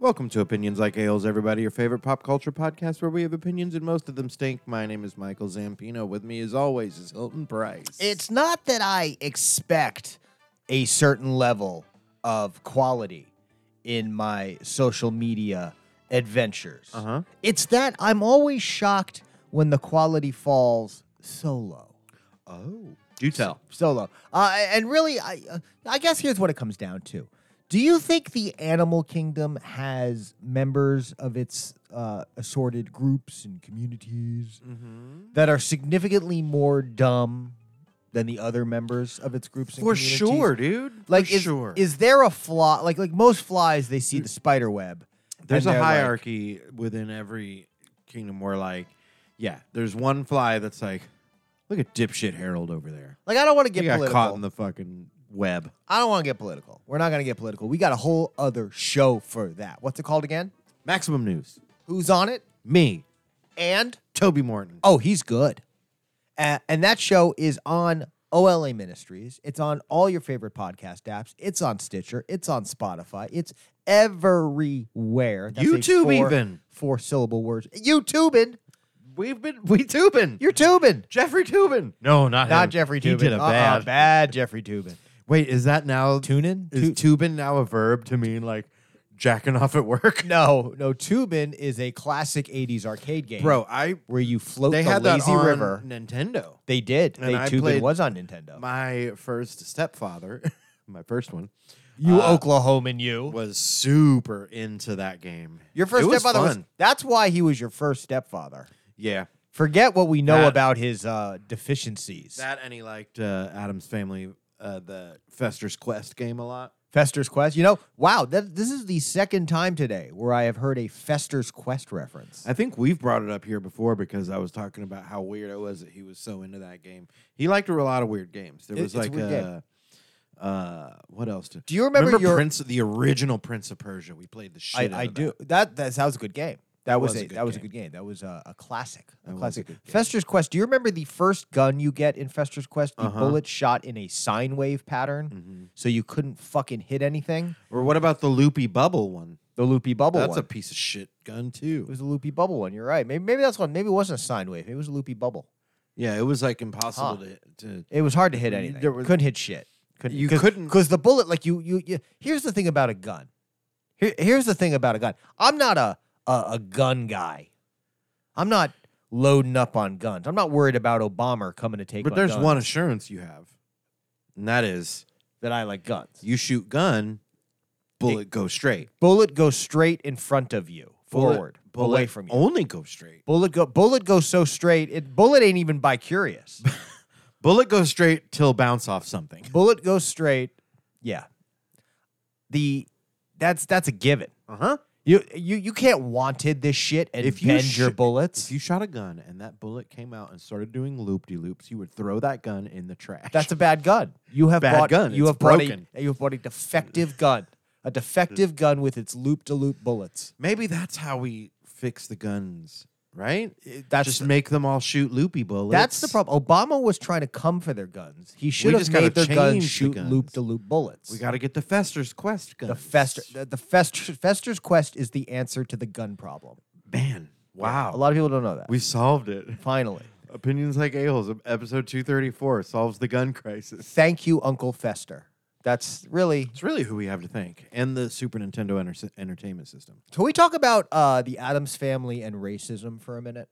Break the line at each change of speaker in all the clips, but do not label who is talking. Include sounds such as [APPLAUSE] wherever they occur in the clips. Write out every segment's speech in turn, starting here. Welcome to Opinions Like Ales, everybody, your favorite pop culture podcast where we have opinions and most of them stink. My name is Michael Zampino. With me, as always, is Hilton Price.
It's not that I expect a certain level of quality in my social media adventures.
Uh huh.
It's that I'm always shocked when the quality falls so low.
Oh. Do tell.
So low. Uh, and really, I, uh, I guess here's what it comes down to. Do you think the animal kingdom has members of its uh, assorted groups and communities
Mm-hmm.
that are significantly more dumb than the other members of its groups? And
For
communities?
sure, dude.
Like,
For
is,
sure.
is there a flaw? Like, like most flies, they see the spider web.
there's
and
a
they're like-
hierarchy within every kingdom where, like, yeah, there's one fly that's like, look at dipshit Harold over there.
Like, I don't want to
He
get
got
political.
caught in the fucking web.
I don't want to get political. We're not going to get political. We got a whole other show for that. What's it called again?
Maximum News.
Who's on it?
Me,
And
Toby Morton.
oh, he's good. Uh, and that show is on OLA Ministries. It's on all your favorite podcast apps. It's on Stitcher. It's on Spotify. It's everywhere. a
YouTube
four-
even.
four syllable words. YouTubing.
We've been, we tubing.
You're tubing.
Jeffrey Tubin. No, not
Not
him.
Jeffrey Tubin.
He did a
Uh-uh,
bad.
bad Jeffrey Tubin.
Wait, is that now
Tunin?
Is Tubin now a verb to mean like jacking off at work?
no, no. Tubin is a classic '80s arcade game,
[LAUGHS] Bro, I
where you float
they
the
had that
lazy
on
river.
Nintendo.
They did.
And
they
I
Tubin
played-
was on Nintendo.
My first stepfather, [LAUGHS] my first one,
you
uh,
Oklahoman, you.
was super into that game.
your first
It was
stepfather was.
fun.
That's why he was your first stepfather.
yeah.
Forget what we know
That-
about his uh, deficiencies.
That and he liked uh, Adam's Family, uh, the Fester's Quest game a lot.
Fester's Quest. You know, wow. That, this is the second time today where I have heard a Fester's Quest reference.
I think we've brought it up here before because I was talking about how weird it was that he was so into that game. He liked a lot of weird games. There
It-
was
it's a
like
weird
a, uh, what else? Did,
Do you remember, your?
Prince, the original Prince of Persia? We played the shit.
I,
out
I
of
do.
that.
That. that that was a good game. That was, a,
good
that was a
game.
good game. That was a, a classic.
That
A
was a
classic.
good game.
Fester's Quest. Do you remember the first gun you get in Fester's Quest? The
Uh-huh. Hmm.
bullet shot in a sine wave pattern, so you couldn't fucking hit anything.
Or what about the loopy bubble one?
The loopy bubble
That's
one.
a piece of shit gun
it
too.
was a loopy bubble one. You're right. Maybe maybe that's one. Maybe it wasn't a sine wave. Maybe it was a loopy bubble.
Yeah, it was like impossible to, to.
It was hard to hit
You-
anything.
there was-
couldn't hit shit. Couldn't,
You
cause,
couldn't-
because the bullet. Like you, you, you. Here's the thing about a gun. Here, here's the thing about a gun. I'm not a, a a gun guy. I'm not loading up on guns. I'm not worried about Obama coming to take.
But
my
there's
guns,
one assurance you have, and that is
that I like guns.
you shoot gun, bullet goes straight.
bullet goes straight in front of you,
Bullet-
forward,
bullet
away from you.
Only goes straight.
bullet go. Bullet goes so straight. It bullet ain't even bi curious.
Bullet goes straight till bounce off something.
bullet goes straight. Yeah. The that's that's a given.
Uh huh.
You you you can't wanted this shit and
If you
bend your
sh-
bullets.
If you shot a gun and that bullet came out and started doing loop de loops, you would throw that gun in the trash.
That's a bad gun. You have
Bad
bought,
gun.
You
It's
have bought a-
broken.
you have bought a defective gun. A defective gun with its loop de loop bullets.
maybe that's how we fix the guns, right?
That's
Just
the,
make them all shoot loopy bullets.
that's the problem. Obama was trying to come for their guns. He should
We
have
just gotta
made their guns
change the
shoot
guns.
loop de loop bullets.
We got to get the Fester's Quest gun.
the fester the, the fester fester's quest is the answer to the gun problem.
Man, wow.
A lot of people don't know that.
we solved it. [LAUGHS]
Finally.
Opinions like a-holes, episode 234 solves the gun crisis.
Thank you, Uncle Fester. That's really.
It's really who we have to thank and the Super Nintendo enter- entertainment system.
Can we talk about uh, the Adams family and racism for a minute?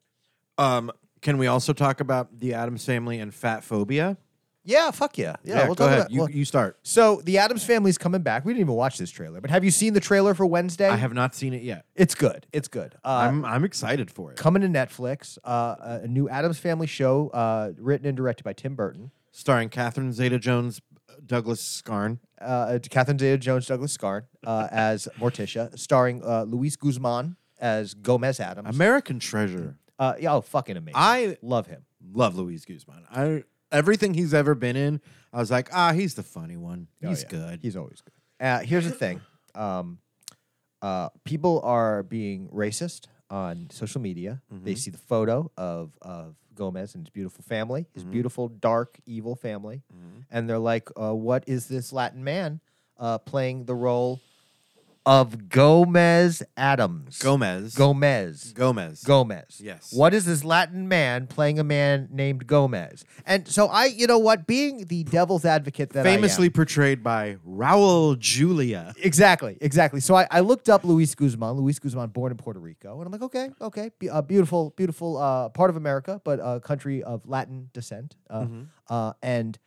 Um, can we also talk about the Adams family and fat phobia?
Yeah, fuck yeah, yeah. we'll
go
talk
ahead.
about.
you,
well-
you start.
so the Adams family's coming back. We didn't even watch this trailer, but have you seen the trailer for Wednesday?
I have not seen it yet.
It's good. It's good. Uh,
I'm I'm excited for it.
coming to Netflix. Uh, a- a new Adams family show, uh, written and directed by Tim Burton.
Starring Catherine Zeta-Jones, Douglas Scarn.
Uh, Catherine Zeta-Jones, Douglas Scarn uh, as Morticia, starring uh, Luis Guzman as Gomez Adams.
American Treasure.
Uh, yeah, oh, fucking amazing!
I
love him.
love Luis Guzman. I everything he's ever been in, I was like, ah, he's the funny one.
Oh,
He's
yeah.
good.
He's always good. Uh, here's the thing: um, uh, people are being racist on social media.
Mm-hmm.
They see the photo of of Gomez and his beautiful family, his
Mm-hmm.
beautiful dark evil family, and they're like, uh, "What is this Latin man uh, playing the role of Gomez Adams.
Gomez.
Gomez.
Gomez.
Gomez.
Yes.
What is this Latin man playing a man named Gomez? And so I, you know what, being the devil's advocate that I
Famously
am,
portrayed by Raul Julia.
exactly, exactly. So I, I looked up Luis Guzman. Luis Guzman, born in Puerto Rico, and I'm like, okay, okay, be, uh, beautiful, beautiful uh, part of America, but a country of Latin descent. Uh, uh, and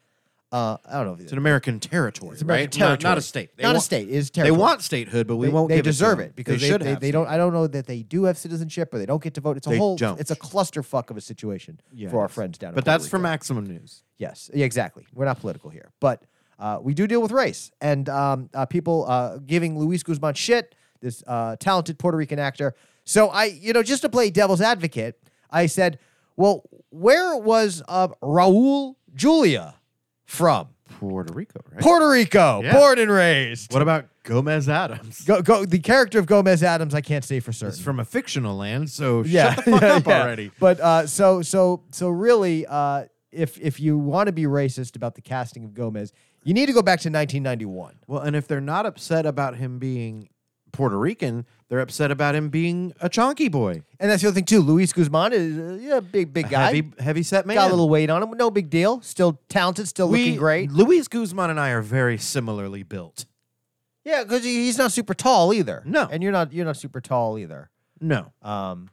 uh, I don't know. If
Mm-hmm. It's an American territory,
It's
right?
American
Not- Not,
territory.
a state. They
not a
want-
state. It is
They
territory.
want statehood, but we
They-
won't.
They
give
deserve
it, to them.
it because
they
they,
should
they,
have.
they don't. I don't know that they do have citizenship or they don't get to vote. It's a
They
whole.
don't.
It's a clusterfuck of a situation
statehood.
for our
Yes.
friends down. in
But
Puerto
that's for
Rico.
Maximum News.
Yes, yeah, exactly. We're not political here, but uh, we do deal with race and um, uh, people uh, giving Luis Guzman shit. This uh, talented Puerto Rican actor. So I, you know, just to play devil's advocate, I said, "Well, where was uh, Raul Julia from?
Puerto Rico, right?
Puerto Rico,
Yeah.
born and raised.
what about Gomez Adams?
Go, go, the character of Gomez Adams, I can't say for
It's
certain.
from a fictional land, so
yeah,
shut the fuck
[LAUGHS] yeah,
up
yeah.
already.
But uh, so so so really, uh, if if you want to be racist about the casting of Gomez, you need to go back to 1991.
Well, and if they're not upset about him being Puerto Rican, they're upset about him being a chonky boy,
And that's the other thing too. Luis Guzman is uh, yeah, big big
a
guy.
heavy, heavy set man.
Got a little weight on him. No big deal. Still talented. Still looking great.
Luis Guzman and I are very similarly built.
Yeah, because he's not super tall either.
No.
and you're not you're not super tall either.
No,
Um,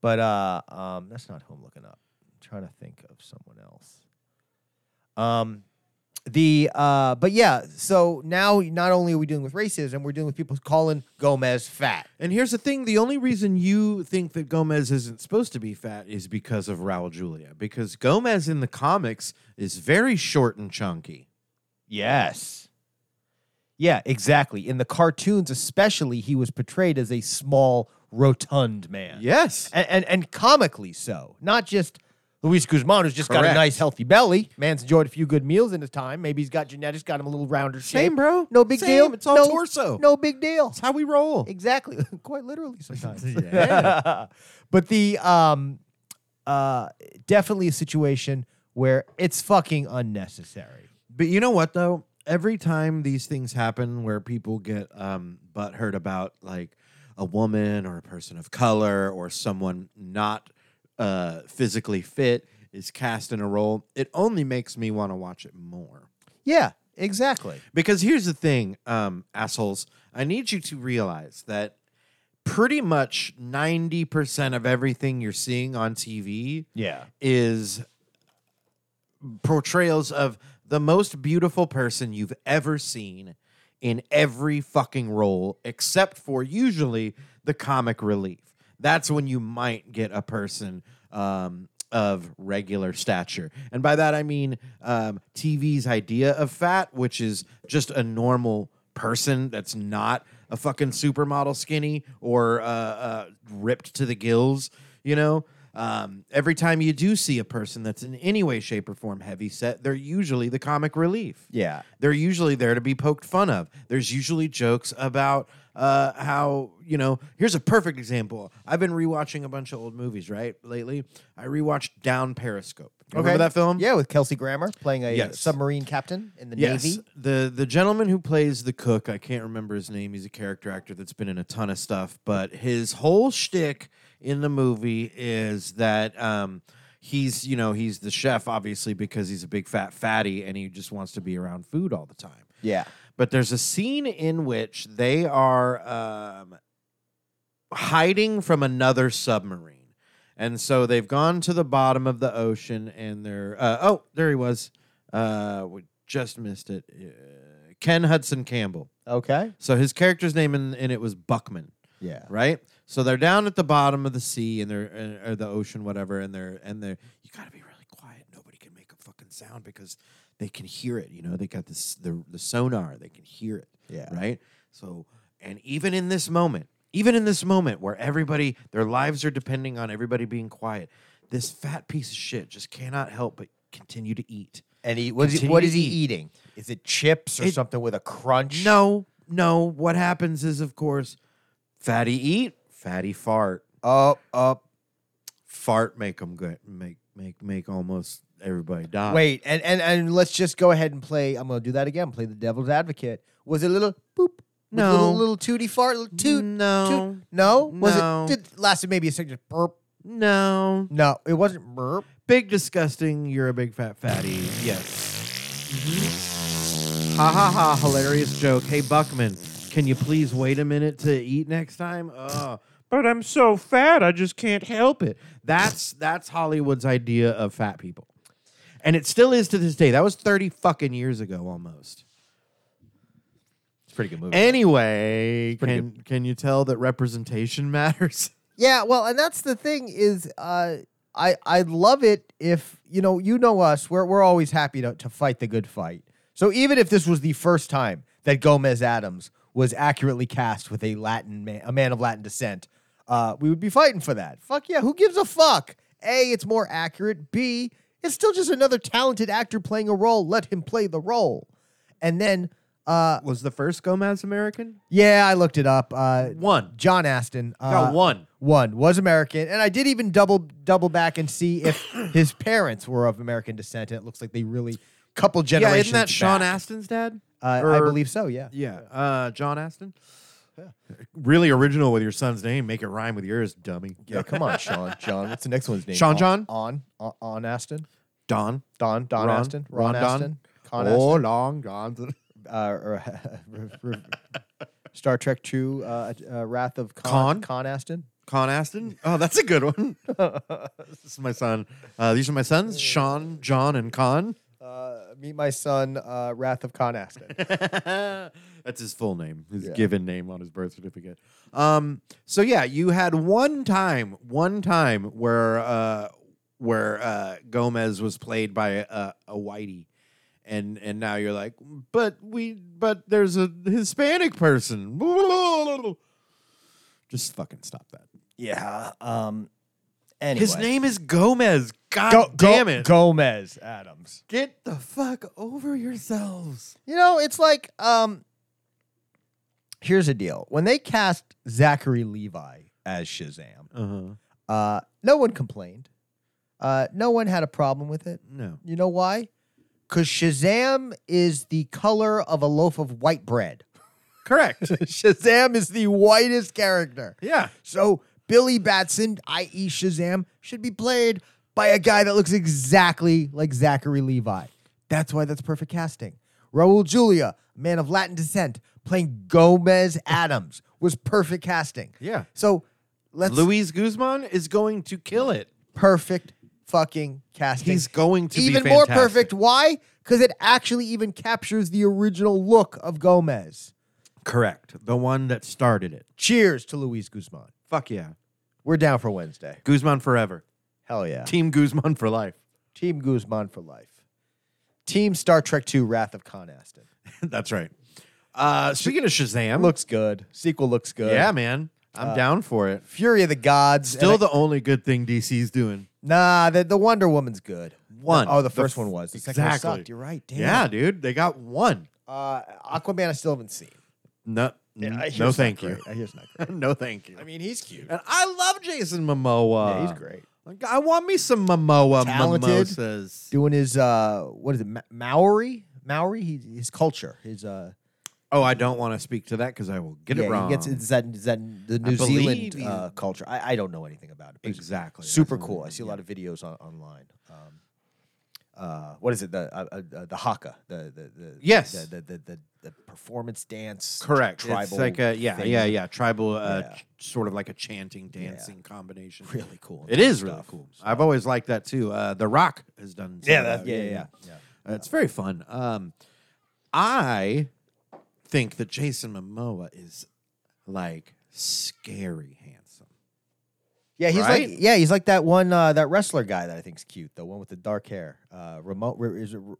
but uh, um, that's not who I'm looking up. I'm trying to think of someone else. Um, the uh, but yeah. So now, not only are we dealing with racism, we're dealing with people calling Gomez fat.
and here's the thing: the only reason you think that Gomez isn't supposed to be fat is because of Raul Julia, because Gomez in the comics is very short and chunky.
Yes. Yeah, exactly. In the cartoons, especially, he was portrayed as a small, rotund man.
Yes,
and and, and comically so, not just Luis Guzman, who's just got a
Correct.
nice, healthy belly. Man's enjoyed a few good meals in his time. Maybe he's got genetics, got him a little rounder shape.
same, bro.
No big
Same.
deal.
It's all
no,
torso.
No big deal.
That's how we roll.
Exactly. [LAUGHS] Quite literally [LAUGHS] sometimes.
Yeah.
[LAUGHS] but the um uh definitely a situation where it's fucking unnecessary.
But you know what though? Every time these things happen where people get um butthurt about like a woman or a person of color or someone not uh physically fit is cast in a role, it only makes me want to watch it more.
Yeah, exactly.
Because here's the thing, um, assholes, I need you to realize that pretty much 90% of everything you're seeing on TV
Yeah.
is portrayals of the most beautiful person you've ever seen in every fucking role, except for usually the comic relief. That's when you might get a person um, of regular stature. And by that, I mean um, TV's idea of fat, which is just a normal person that's not a fucking supermodel skinny or uh, uh, ripped to the gills, you know? Um, every time you do see a person that's in any way, shape, or form heavy set, they're usually the comic relief.
Yeah.
They're usually there to be poked fun of. There's usually jokes about uh, how, you know, here's a perfect example. I've been rewatching a bunch of old movies, right? Lately, I rewatched Down Periscope. You Remember that film?
Yeah, with Kelsey Grammer playing a
Yes.
submarine captain in the Navy.
The the gentleman who plays the cook, I can't remember his name. He's a character actor that's been in a ton of stuff, but his whole shtick in the movie is that um, he's you know he's the chef obviously because he's a big fat fatty and he just wants to be around food all the time.
Yeah.
But there's a scene in which they are um, hiding from another submarine. And so they've gone to the bottom of the ocean and they're, uh, oh, there he was. Uh, we just missed it. Uh, Ken Hudson Campbell.
Okay.
So his character's name in, in it was Buckman
Yeah.
right? So they're down at the bottom of the sea and they're or the ocean, whatever, and they're and they're you gotta be really quiet. Nobody can make a fucking sound because they can hear it. You know, they got this the the sonar, they can hear it.
Yeah.
Right? So and even in this moment, even in this moment where everybody their lives are depending on everybody being quiet, this fat piece of shit just cannot help but continue to eat.
And he what is he,
Continue
what
to
is he
eat.
eating? Is it chips or
It-
something with a crunch?
No, no, what happens is of course fatty eat, fatty fart.
Up, up.
fart make 'em good make make make almost everybody die.
Wait, and, and and let's just go ahead and play. I'm gonna do that again. Play the devil's advocate. Was it a little boop With little,
No.
little tooty fart, little toot.
no,
toot. No? Was
No.
it did lasted maybe a second just burp?
no.
No, it wasn't burp.
Big disgusting. You're a big fat fatty. Yes. Mm-hmm. Ha ha ha! Hilarious joke. Hey Buckman, can you please wait a minute to eat next time? Uh, but I'm so fat, I just can't help it. That's that's Hollywood's idea of fat people, and it still is to this day. That was thirty fucking years ago, almost.
It's a pretty good movie.
Anyway,
pretty
can can you tell that representation [LAUGHS] matters?
Yeah, well, and that's the thing is, uh, I I love it if you know you know us. We're we're always happy to to fight the good fight. So even if this was the first time that Gomez Adams was accurately cast with a Latin man, a man of Latin descent, uh, we would be fighting for that. Fuck yeah, who gives a fuck? A, it's more accurate. B, it's still just another talented actor playing a role. Let him play the role. And then, uh,
Was the first Gomez American?
yeah, I looked it up. Uh,
One.
John Aston. Uh,
Got one.
one was American, and I did even double double back and see [COUGHS] if his parents were of American descent. And it looks like they really couple
Yeah,
generations.
isn't that Sean
back.
Aston's dad?
Uh, I
Or-
believe so. Yeah.
Yeah, uh, John Aston. Really original with your son's name. Make it rhyme with yours, dummy.
Yeah. Come on, Sean. John. What's the next one's name?
Sean
On-
John?
On on, on Aston.
Don.
Don Don
Ron?
Aston. Ron,
Ron Don?
Aston. Con
Oh, long
[LAUGHS]
gone.
Aston. Uh, or, re- re- Star Trek Two. Uh, uh, Wrath of
Con?
Con. Con Aston.
Con Aston. Oh, that's a good one. [LAUGHS] this is my son. Uh, these are my sons, Sean, John, and Con.
Uh, meet my son. Uh, Wrath of Con Aston.
[LAUGHS] That's his full name, his
Yeah.
given name on his birth certificate. Um, so yeah, you had one time, one time where uh, where uh, Gomez was played by a, a whitey, and and now you're like, but we, but there's a Hispanic person. [LAUGHS] Just fucking stop that.
yeah. Um. Anyway.
His name is Gomez. God
Go, Go-
damn it!
Gomez Adams.
Get the fuck over yourselves.
You know, it's like um here's the deal. When they cast Zachary Levi as Shazam,
Uh huh.
uh no one complained. Uh no one had a problem with it.
No.
You know why? Cuz Shazam is the color of a loaf of white bread. [LAUGHS]
Correct.
Shazam is the whitest character.
yeah.
So Billy Batson, i.e. Shazam, should be played by a guy that looks exactly like Zachary Levi. That's why that's perfect casting. Raul Julia, man of Latin descent, playing Gomez Adams was perfect casting.
Yeah.
So let's
Luis Guzman is going to kill it.
perfect fucking casting.
He's going to be
even more
fantastic.
perfect. Why? Because it actually even captures the original look of Gomez.
Correct. The one that started it.
Cheers to Luis Guzman.
Fuck yeah.
We're down for Wednesday.
Guzman forever.
Hell yeah.
Team Guzman for life.
Team Guzman for life. Team Star Trek Two: Wrath of Con Aston
[LAUGHS] That's right. Uh, speaking of Shazam,
looks good. Sequel looks good.
yeah, man, I'm down for it.
Fury of the Gods.
Uh, Still
and I-
the only good thing DC's doing.
nah. The, the Wonder Woman's good.
One.
Oh, the
The
first
f-
one was. The second one
exactly.
sucked. You're right. Damn.
Yeah, dude, they got one.
Uh, Aquaman, I still haven't seen.
No,
I hear it's
Mm, no,
not
thank you. [LAUGHS]
great. I hear it's not great. Uh,
no, thank you.
I mean, he's cute.
And I love Jason Momoa.
yeah, he's great.
Like, I want me some Momoa
Talented.
mimosas.
Doing his uh, what is it? Ma- Maori. Maori. He, his culture. His uh.
Oh, I don't want to speak to that because I will get
yeah,
it wrong.
He gets it's that, it's that the New
believe
Zealand
he's-
uh, culture. I, I don't know anything about it. but it's-
Exactly. That's
super
what
cool. I
mean,
see a
yeah.
lot of videos on, online. Um, uh, what is it? The uh, uh, uh, the haka, the the, the
Yes.
the, the, the, the, the performance dance.
Correct.
Tribal
it's like a yeah,
thing.
yeah, yeah. Tribal, uh,
Yeah.
ch- sort of like a chanting, dancing combination.
[LAUGHS] Really cool.
It is really
stuff.
cool. I've always liked that too. Uh, the Rock has done. some
Yeah,
of
that, yeah, yeah, yeah.
Uh, it's very fun. Um, I think that Jason Momoa is like scary handsome.
Yeah, he's
Right?
like yeah, he's like that one uh, that wrestler guy that I think's cute, the one with the dark hair. Uh, Ramon, r- is it R-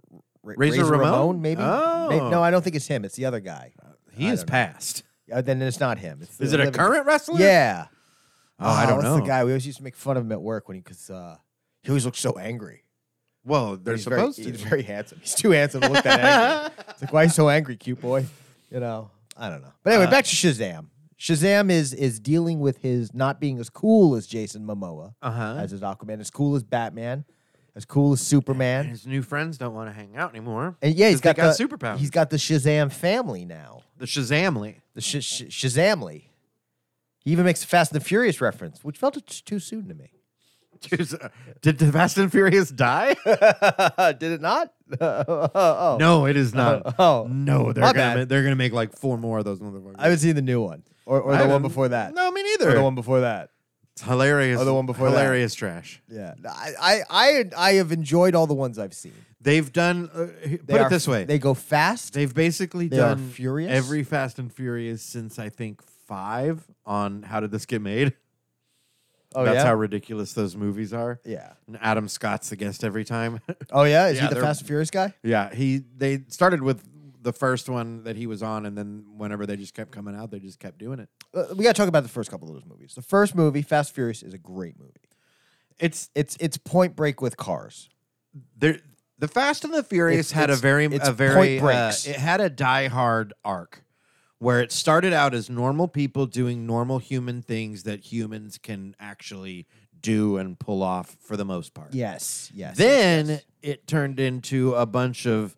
R-
Razor Ramon?
maybe. May-
Oh.
no, I don't think it's him. It's the other guy.
He
I
is
don't know.
past.
Uh, then it's not him. It's the
Is it a
living-
current wrestler?
Yeah.
Oh, I
Ah,
don't
what's
know.
the guy we always used to make fun of him at work when he because uh, he always looked so angry.
Well, they're
he's
supposed
very,
to.
He's very handsome. He's too handsome to look that angry.
[LAUGHS]
It's like, why are you so angry, cute boy? You know, I don't know. But anyway,
Uh,
back to Shazam. Shazam is is dealing with his not being as cool as Jason Momoa,
Uh huh.
as his Aquaman, as cool as Batman, as cool as Superman.
His new friends don't want to hang out anymore.
And yeah, he's
'Cause they
got,
got
the
superpowers.
He's got the Shazam family now.
The Shazamly.
The the sh- sh- Shazamly. He even makes a Fast and the Furious reference, which felt t- too soon to me.
Did the Fast and Furious
[LAUGHS]
die?
Did it not? [LAUGHS] oh.
No, it is not.
Oh.
[LAUGHS] no, they're gonna
My bad.
ma- they're gonna make like four more of those motherfuckers.
I haven't seen the new one, or, or
I
the one
haven't-
before that,
No, me
or
neither.
the one before that.
It's hilarious.
or the one before that.
hilarious trash.
Yeah, I, I, I, I have enjoyed all the ones I've seen.
They've done. Uh, h-
They
put
are-
it this way:
they go fast.
They've basically
They are
done
furious?
every Fast and Furious since I think five on How Did This Get Made.
oh
That's
yeah,
how ridiculous those movies are.
yeah.
And Adam Scott's the guest every time. [LAUGHS]
Oh yeah, is
Yeah,
he the
they're-
Fast and Furious guy?
yeah, he they started with the first one that he was on, and then whenever they just kept coming out, they just kept doing it.
Uh, We gotta talk about the first couple of those movies. The first movie, Fast and Furious, is a great movie.
It's
It's it's Point Break with cars.
there. The Fast and the Furious
It's-
had a
it's-
very
it's
a very
Point
uh,
Breaks.
it had a Die Hard arc where it started out as normal people doing normal human things that humans can actually do and pull off for the most part.
Yes, yes.
then it turned into a bunch of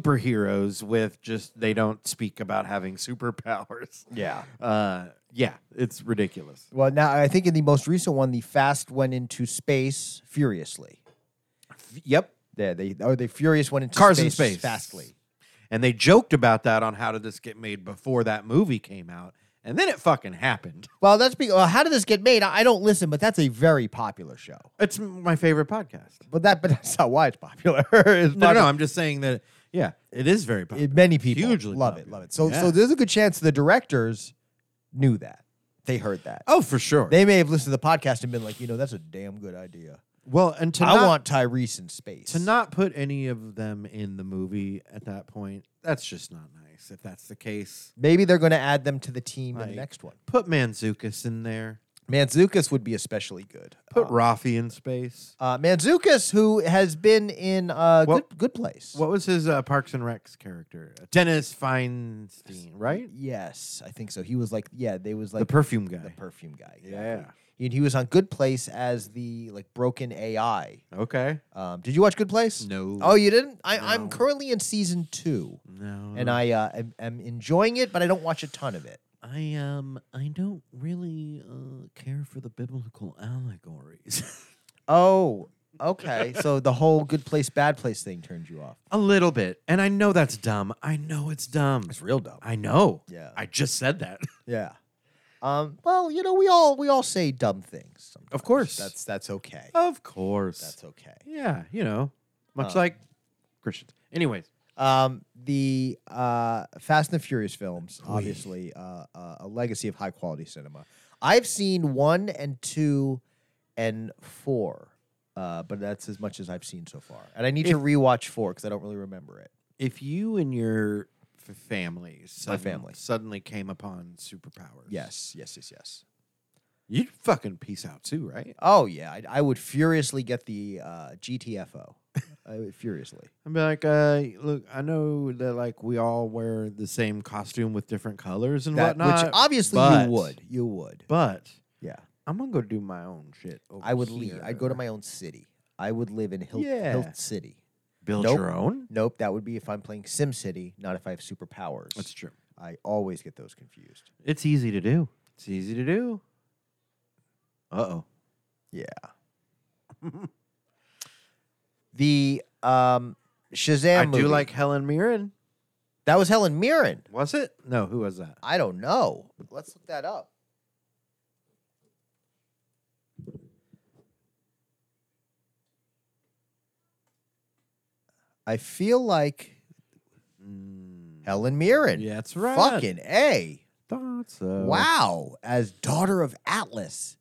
superheroes with just they don't speak about having
[LAUGHS]
superpowers.
yeah.
Uh, yeah, it's ridiculous.
Well, now I think in the most recent one, the Fast went into space furiously.
Yep.
Yeah, they or the Furious went into
Cars
space
in space
fastly.
And they joked about that on how did this get made before that movie came out, and then it fucking happened.
Well, that's be- well, how did this get made? I I don't listen, but that's a very popular show.
It's m- my favorite podcast.
But that, but [LAUGHS] that's not why it's popular. [LAUGHS] It's
No, no,
popular-
no, I'm just saying that. Yeah, it is very popular.
it- many people
Hugely
love it,
popular.
love it. So,
Yeah.
so there's a good chance the directors knew that they heard that.
oh, for sure.
They may have listened to the podcast and been like, you know, that's a damn good idea.
well, and to
I
not,
want Tyrese in space.
to not put any of them in the movie at that point, that's just not nice. If that's the case,
Maybe they're going to add them to the team in
Like-
the next one.
put Manzukis in there.
Manzukis would be especially good.
Put
Uh,
Rafi in space.
uh, Manzukis, who has been in uh,
Well-
good, good place.
What was his uh, Parks and Recs character? Dennis Feinstein, right?
Yes, I think so. He was like, yeah, they was like
the perfume guy.
the perfume guy.
Yeah.
He, he was on Good Place as the like broken AI.
okay.
Um, did you watch Good Place?
No.
Oh, you didn't? I, I'm
No.
currently in season two,
No.
and I uh, am, am enjoying it, but I don't watch a ton of it.
I um I don't really uh, care for the biblical allegories. [LAUGHS]
[LAUGHS] Oh, okay. so the whole Good Place, Bad Place thing turned you off.
A little bit, and I know that's dumb. I know it's dumb.
real dumb.
I know.
Yeah.
I just said that.
Yeah. Um, well, you know, we all we all say dumb things. sometimes.
course.
That's that's okay.
[LAUGHS] Of course.
That's okay.
Yeah, you know, much
Uh,
like Christians. Anyways,
Um, the uh, Fast and the Furious films, obviously, uh, uh, a legacy of high quality cinema. I've seen one and two and four, uh, but that's as much as I've seen so far. And I need
If-
to rewatch four because I don't really remember it.
if you and your f- family, sudden-
family.
suddenly came upon superpowers,
Yes, yes, yes, yes.
you'd fucking peace out too, right?
Oh yeah, I, I would furiously get the uh,
[LAUGHS]
GTFO, I would furiously.
I'd be like, uh, look, I know that like we all wear the same costume with different colors and
That-
whatnot,
which obviously
but-
you would, you would.
but
Yeah,
I'm gonna go do my own shit. Over
I would leave. I'd go to
here.
my own city. I would live in Hilt,
Yeah.
Hilt City.
build
Nope.
your own.
Nope, that would be if I'm playing SimCity, not if I have superpowers.
That's true.
I always get those confused.
It's easy to do. It's easy to do. Uh oh.
Yeah. the um, Shazam
I
movie.
do like Helen Mirren.
that was Helen Mirren.
Was it? No, who was that?
I don't know. Let's look that up. I feel like
Mm,
Helen Mirren.
yeah, that's right.
Fucking A.
thought so.
Wow, as daughter of Atlas.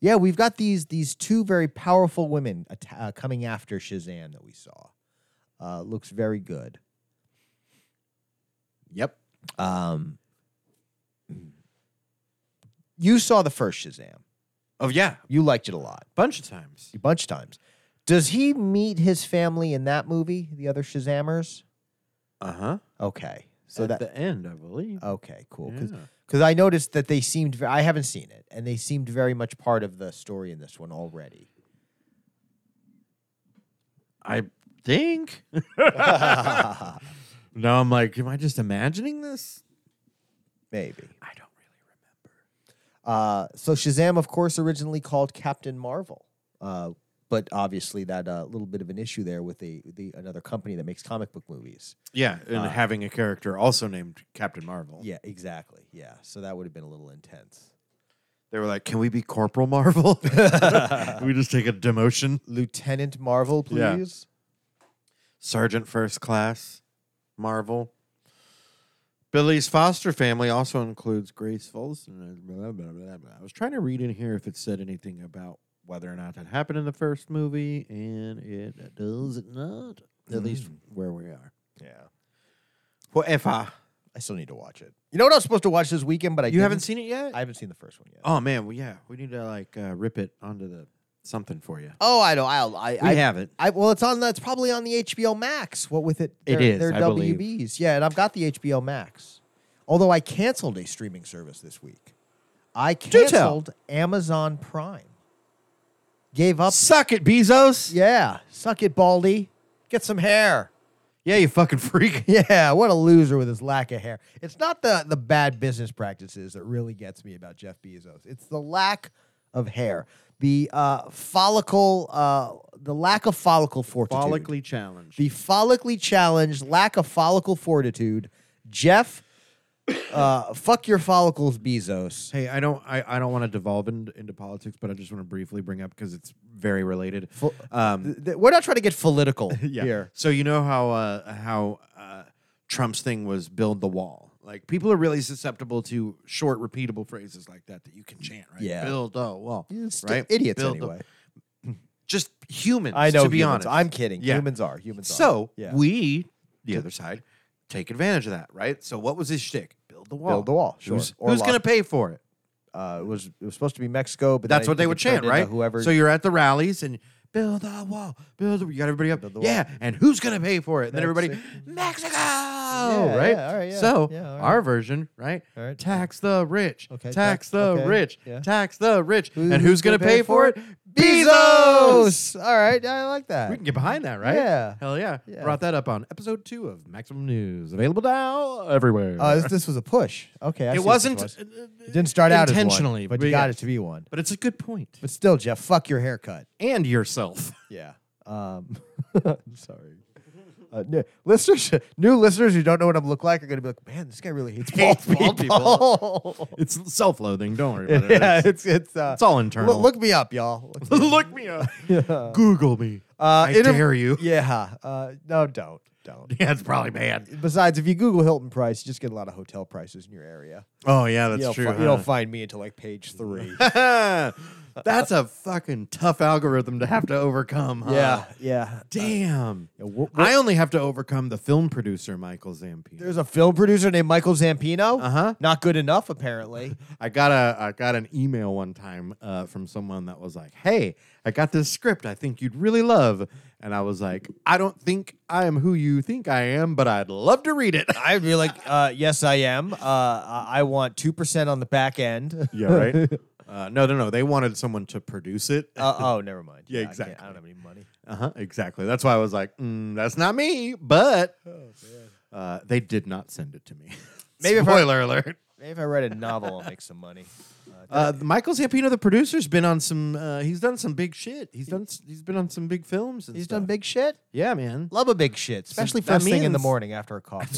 Yeah, we've got these these two very powerful women atta- uh, coming after Shazam that we saw. Uh, looks very good.
Yep.
Um, you saw the first Shazam.
Oh yeah,
You liked it a lot,
bunch of times.
a bunch of times. Does he meet his family in that movie? The other Shazammers.
Uh huh.
Okay,
So
so
Oh, at
that
the end, I believe.
okay, cool.
Yeah.
'Cause because I noticed that they seemed. ve- I haven't seen it, and they seemed very much part of the story in this one
[LAUGHS]
already.
I think. [LAUGHS] now I'm like, am I just imagining this?
Maybe.
I don't really
Uh, so Shazam, of course, originally called Captain Marvel, uh, but obviously that uh, little bit of an issue there with the, the another company that makes comic book movies.
remember. Yeah, and
Uh,
having a character also named Captain Marvel.
Yeah, exactly. Yeah, so that would have been a little intense.
They were like, "Can we be Corporal Marvel? [LAUGHS] Can we just take a demotion,
Lieutenant Marvel,
Yeah.
please.
Sergeant First Class Marvel." Billy's foster family also includes Grace Folsom. and blah, blah, blah, blah. I was trying to read in here if it said anything about whether or not that happened in the first movie, and it does not. At least
Hmm.
where we are.
Yeah.
Whatever.
I still need to watch it. You know what I was supposed to watch this weekend, but I
You haven't
didn't?
seen it yet?
I haven't seen the first one yet.
Oh man, well, yeah, we need to like uh, rip it onto the something for you.
Oh, I know. I'll, I
We
I
have it.
I, well, it's on. That's probably on the HBO Max. What with it?
It
They're,
is,
They're
I
WBs.
believe.
Yeah, and I've got the HBO Max. Although I canceled a streaming service this week, I
tell.
canceled Amazon Prime. Gave up.
Suck it, Bezos. Yeah,
Yeah, suck it, Baldy. Get some hair.
you fucking freak.
[LAUGHS] Yeah, what a loser with his lack of hair. It's not the the bad business practices that really gets me about Jeff Bezos. It's the lack of hair, the uh, follicle, uh, the lack of follicle fortitude.
Follically challenged.
the follically challenged, lack of follicle fortitude. Jeff, uh, fuck your follicles, Bezos.
hey, I don't, I, I don't want to devolve in, into politics, but I just want to briefly bring up because it's very related.
Fo-
Um,
Th- th- We're not trying to get political
[LAUGHS] yeah.
here.
So you know how uh, how uh, Trump's thing was build the wall. Like people are really susceptible to short, repeatable phrases like that that you can chant, right?
Yeah.
Build the wall.
It's still
right?
Idiots
Build the-
anyway.
just humans.
I know.
To be
humans.
honest,
I'm kidding.
Yeah.
Humans are. Humans are.
So
yeah.
we, the other side, take advantage of that, right? So what was his shtick? Build the wall.
build the wall. Sure.
Who's,
Or
who's
lock-
going to pay for it?
uh, it was it was supposed to be Mexico, but then
That's
I
what they
think
would
it turned
chant,
into
right?
Whoever.
So you're at the rallies and build the wall, build. The, you got everybody up.
Build the wall.
Yeah, and who's going to pay for it? And then everybody,
Mexico.
Mexico,
Yeah,
right?
yeah, all right, yeah,
so
yeah, all right.
our version, right?
All right.
Tax the rich.
Okay,
Tax,
tax-
the
okay,
rich.
yeah.
Tax the rich.
Who-
and who's going to pay for it?
Bezos. All right, I like that.
We can get behind that, right?
Yeah.
Hell yeah.
Yeah.
Brought that up on episode two of Maximum News. Available now everywhere.
Uh, this, this was a push. Okay, I see
it
what this
wasn't,
was.
uh,
It didn't start out as one,
intentionally,
but
but
you
yeah.
got it to be one.
but it's a good point.
But still, Jeff, fuck your haircut.
And yourself.
Yeah. Um, [LAUGHS] I'm sorry. Uh, new, listeners, [LAUGHS] new listeners who don't know what I'm look like are going to be like, man, this guy really hates bald
Hates
people.
bald
[LAUGHS]
It's self loathing. Don't worry about
yeah,
it. It's,
it's it's, uh,
it's all internal.
look, look me up, y'all. Look me
[LAUGHS]
up.
Look me up.
[LAUGHS] Yeah.
Google me.
Uh,
I
in a-
dare you. [LAUGHS]
Yeah. Uh, no, don't, don't.
Yeah, it's probably bad.
Besides, if you Google Hilton price, you just get a lot of hotel prices in your area.
Oh, yeah,
you
that's
don't
true.
fi- you don't
huh? Uh-huh.
find me until like page
[LAUGHS]
three.
that's a fucking tough algorithm to have to overcome. Huh?
yeah, yeah.
Damn.
Yeah, wh- wh-
I only have to overcome the film producer, Michael Zampino.
There's a film producer named Michael Zampino.
Uh huh.
Not good enough,
[LAUGHS]
apparently.
I got a I got an email one time uh, from someone that was like, "Hey, I got this script I think you'd really love," and I was like, "I don't think I am who you think I am, but I'd love to read it." [LAUGHS]
I'd be like, uh, yes, I am. Uh, I I want 2% on the back end.
yeah, right. [LAUGHS] Uh, no, no, no. They wanted someone to produce it.
[LAUGHS] Uh, oh, never mind.
Yeah,
I can't- I,
exactly.
don't have any money.
Uh huh. Exactly. That's why I was like, mm, "That's not me," but uh, they did not send it to [LAUGHS] me.
Maybe if I-
spoiler alert.
Maybe if I write a novel, I'll make some money.
[LAUGHS] Uh, Michael Zampino, the producer's been on some. Uh, he's done some big shit. He's done. s- He's been on some big films. And
He's
stuff.
done big shit.
Yeah, [LAUGHS] man.
Love a big shit, especially
that
first thing in the
means-
morning after
[LAUGHS]
a coffee.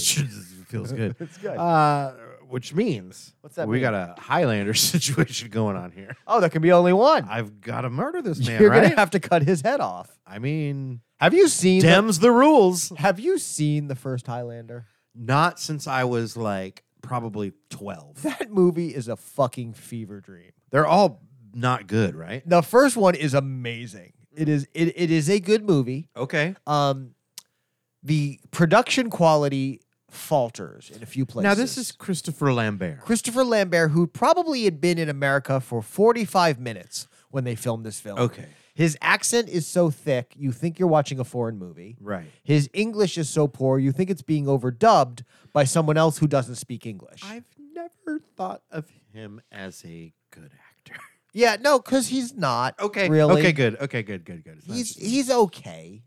feels good.
It's good.
Uh, which means
What's that
we
mean?
got a Highlander [LAUGHS] situation going on here.
oh, there can be only one.
I've got to murder [LAUGHS] this man,
[LAUGHS] You're
right?
gonna have to cut his head off.
I mean,
Have you seen? the-
Dems the rules.
have you seen the first Highlander?
Not since I was like probably 12.
That movie is a fucking fever dream.
They're all not good, right?
The first one is amazing. It is it, it is a good movie.
Okay.
Um, the production quality falters in a few places.
Now, this is Christopher Lambert.
Christopher Lambert, who probably had been in America for 45 minutes when they filmed this film.
Okay.
His accent is so thick, you think you're watching a foreign movie.
Right.
His English is so poor, you think it's being overdubbed by someone else who doesn't speak English.
I've never thought of him as a good actor. [LAUGHS]
yeah, no, because he's not.
Okay.
Really?
Okay, good. Okay, good, good, good. It's not
He's
just-
he's okay.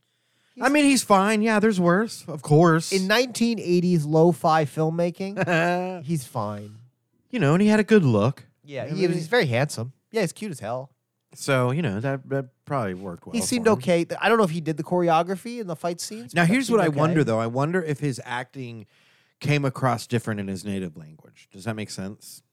I mean, he's fine. Yeah, there's worse, of course.
In 1980s lo-fi filmmaking, he's fine.
[LAUGHS] you know, and he had a good look.
Yeah,
I
he
mean,
was, he's very handsome. Yeah, he's cute as hell.
So you know that that probably worked well.
he
for
seemed
him.
okay. Th- I don't know if he did the choreography in the fight scenes.
Now
but that
here's
seemed
what I
okay.
wonder though. I wonder if his acting came across different in his native language. Does that make sense?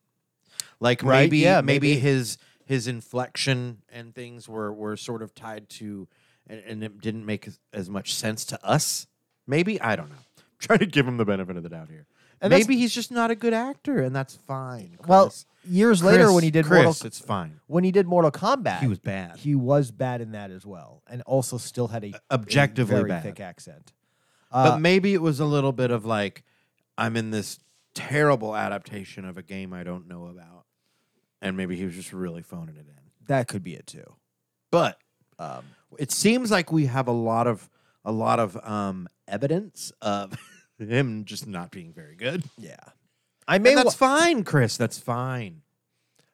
Like
Right,
maybe
yeah,
maybe,
maybe.
his his inflection and things were were sort of tied to and, and it didn't make as, as much sense to us. Maybe I don't know. I'm trying to give him the benefit of the doubt here.
And that's-
maybe he's just not a good actor and that's fine.
Well,
Chris.
years later
Chris,
when he did
Chris,
Mortal,
it's fine.
when he did Mortal Kombat,
He was bad.
He was bad in that as well, and also still had a
Objectively
a very
bad.
thick accent. Uh,
but maybe it was a little bit of like i'm in this terrible adaptation of a game i don't know about and maybe he was just really phoning it in
That could be it too.
but
Um,
it seems like we have a lot of a lot of um evidence of [LAUGHS] him just not being very good
yeah, I
and
may.
that's
Wa-
fine chris that's fine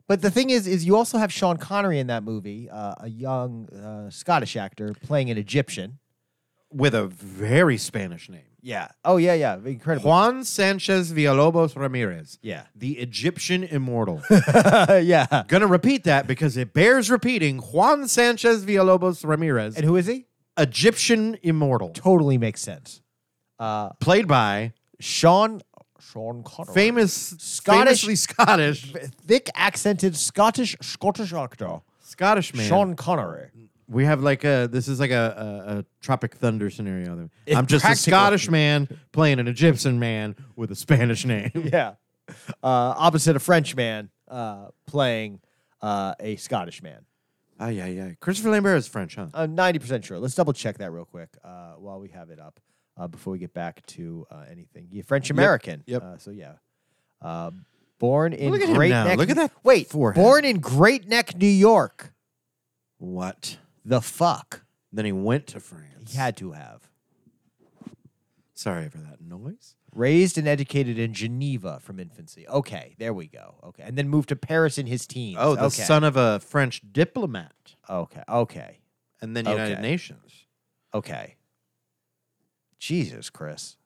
but the thing is, is you also have Sean Connery in that movie, uh, a young uh, Scottish actor playing an Egyptian.
with a very spanish name
Yeah. Oh yeah, yeah. Incredible.
juan sanchez villalobos ramirez
Yeah.
the egyptian [LAUGHS] immortal
[LAUGHS] yeah.
gonna repeat that because it bears repeating juan sanchez villalobos ramirez
And who is he?
Egyptian immortal,
Totally makes sense. Uh,
played by
Sean Sean Connery,
famous
Scottish-
famously Scottish
thick accented Scottish Scottish actor
Scottish man.
Sean Connery.
We have like a this is like a a, a Tropic Thunder scenario. Then.
It's
I'm just
practical.
a Scottish man playing an Egyptian man with a Spanish [LAUGHS] name.
Yeah. Uh, opposite a French man uh, playing uh, a Scottish man.
Ah, yeah, yeah. Christopher Lambert is French, huh?
I'm 90% Uh, sure. Let's double check that real quick uh, while we have it up uh, before we get back to uh, anything. Yeah, French American.
yep.
Uh, so, yeah. Uh, born in
Look at him
Great
now.
Neck.
Look at that
Wait.
forehead.
Born in Great Neck, New York.
What?
The fuck?
Then he went to France.
He had to have.
Sorry for that noise.
Raised and educated in Geneva from infancy. Okay, there we go. Okay, and then moved to Paris in his teens.
Oh, the
okay.
son of a French diplomat,
Okay, okay.
and then United
Okay.
Nations.
Okay. Jesus, Chris.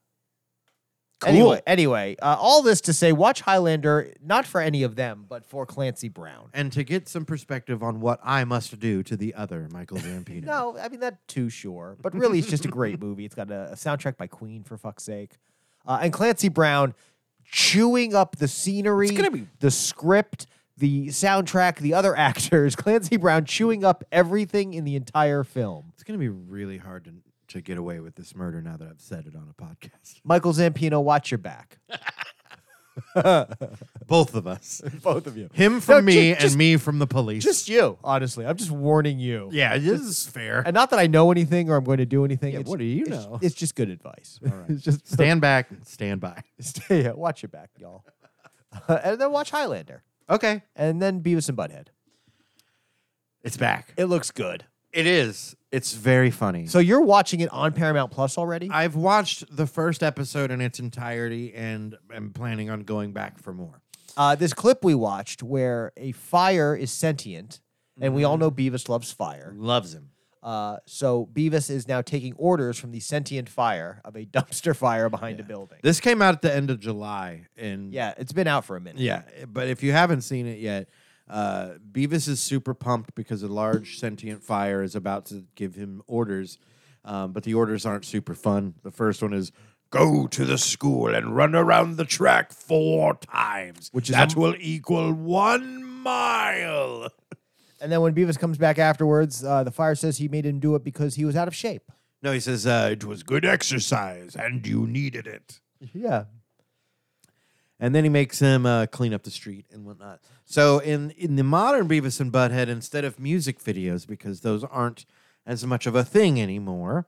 Cool.
Anyway, anyway, uh, all this to say, watch Highlander not for any of them, but for Clancy Brown.
And to get some perspective on what I must do to the other Michael Zampino.
[LAUGHS] No, I mean that too sure, but really, it's just a [LAUGHS] great movie. It's got a, a soundtrack by Queen for fuck's sake, uh, and Clancy Brown chewing up the scenery,
gonna be-
the script, the soundtrack, the other [LAUGHS] actors. Clancy Brown chewing up everything in the entire film.
It's gonna be really hard to to get away with this murder now that I've said it on a podcast. [LAUGHS]
Michael Zampino, watch your back.
Both of us,
Both of you.
him from
No, ju-
me
just-
and me from the police.
Just you, honestly. I'm just warning you.
yeah, this is fair.
And not that I know anything or I'm going to do anything.
Yeah,
it's,
what do you
it's-
know?
It's, just good advice. All
[LAUGHS]
right. it's just
stand back, stand by.
[LAUGHS] stay, yeah, watch your back, y'all. [LAUGHS] and then watch Highlander.
Okay,
And then Beavis and Butthead.
it's back.
It looks good.
It is. It's very funny.
So you're watching it on Paramount Plus already?
I've watched the first episode in its entirety, and am planning on going back for more.
Uh, this clip we watched where a fire is sentient, and we
Mm-hmm.
all know Beavis loves fire.
Loves him.
Uh, so Beavis is now taking orders from the sentient fire of a [LAUGHS] dumpster fire behind a building.
This came out at the end of July, and
yeah, it's been out for a minute.
Yeah, but if you haven't seen it yet, uh, Beavis is super pumped because a large sentient fire is about to give him orders, um, but the orders aren't super fun. The first one is go to the school and run around the track four times,
Which is
that
a-
will equal one mile.
And then when Beavis comes back afterwards, uh, the fire says he made him do it because he was out of shape.
No, he says uh, it was good exercise and you needed it.
Yeah.
and then he makes him uh, clean up the street and whatnot. So in in the modern Beavis and Butthead, instead of music videos because those aren't as much of a thing anymore,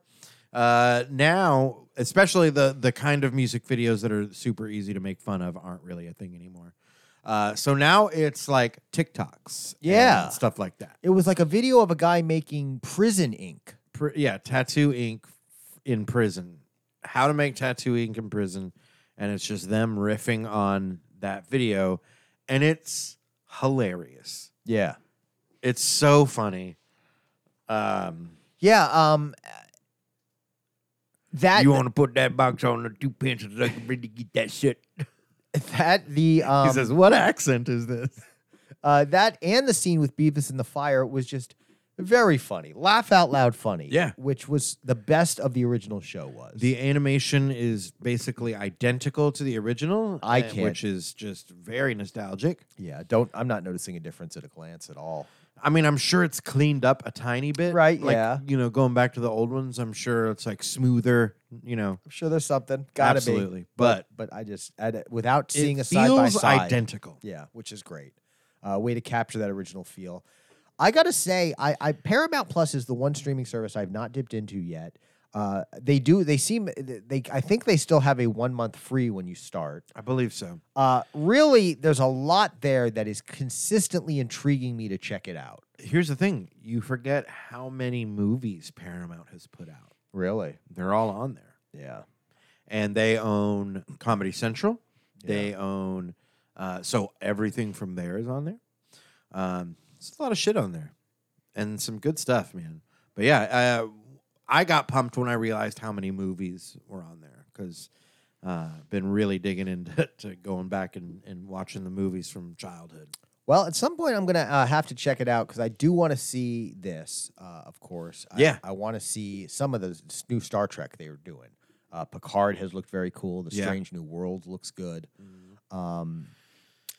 uh, now especially the the kind of music videos that are super easy to make fun of aren't really a thing anymore. Uh, so now it's like TikToks, and
Yeah.
stuff like that.
It was like a video of a guy making prison ink.
Pr- yeah, tattoo ink f- in prison. How to make tattoo ink in prison, and it's just them riffing on that video, and it's hilarious.
Yeah.
It's so funny. Um,
Yeah. Um, that
want to put that box on the two pencils? I can really get that shit.
[LAUGHS] that the um,
he says, "What accent is this?"
uh, that and the scene with Beavis in the fire was just very funny, laugh out loud funny.
Yeah.
which was the best of the original show
[LAUGHS]
was.
The animation is basically identical to the original,
I
and-
can't-
which is just very nostalgic.
yeah, don't I'm not noticing a difference at a glance at all.
I mean, I'm sure it's cleaned up a tiny bit,
Right,
Like
yeah.
you know, going back to the old ones, I'm sure it's like smoother. You know,
I'm sure there's something. Gotta
absolutely,
be.
but
but I just I, without seeing
it
a side by
feels
side.
identical.
Yeah, which is great. Uh, way to capture that original feel. I gotta say, I, I Paramount Plus is the one streaming service I've not dipped into yet. Uh, they do. They seem. They. I think they still have a one month free when you start.
I believe so.
Uh, really, there's a lot there that is consistently intriguing me to check it out.
Here's the thing: you forget how many movies Paramount has put out.
Really?
They're all on there.
Yeah.
and they own Comedy Central. They own uh, so everything from there is on there. Um, it's a lot of shit on there, and some good stuff, man. But yeah, uh, I got pumped when I realized how many movies were on there because uh, been really digging into [LAUGHS] to going back and, and watching the movies from childhood.
Well, at some point, I'm gonna uh, have to check it out because I do want to see this. Uh, of course, I,
Yeah.
I want to see some of the s- new Star Trek they were doing. Uh, Picard has looked very cool. The
Yeah. Mm-hmm.
Strange New World looks good. Um,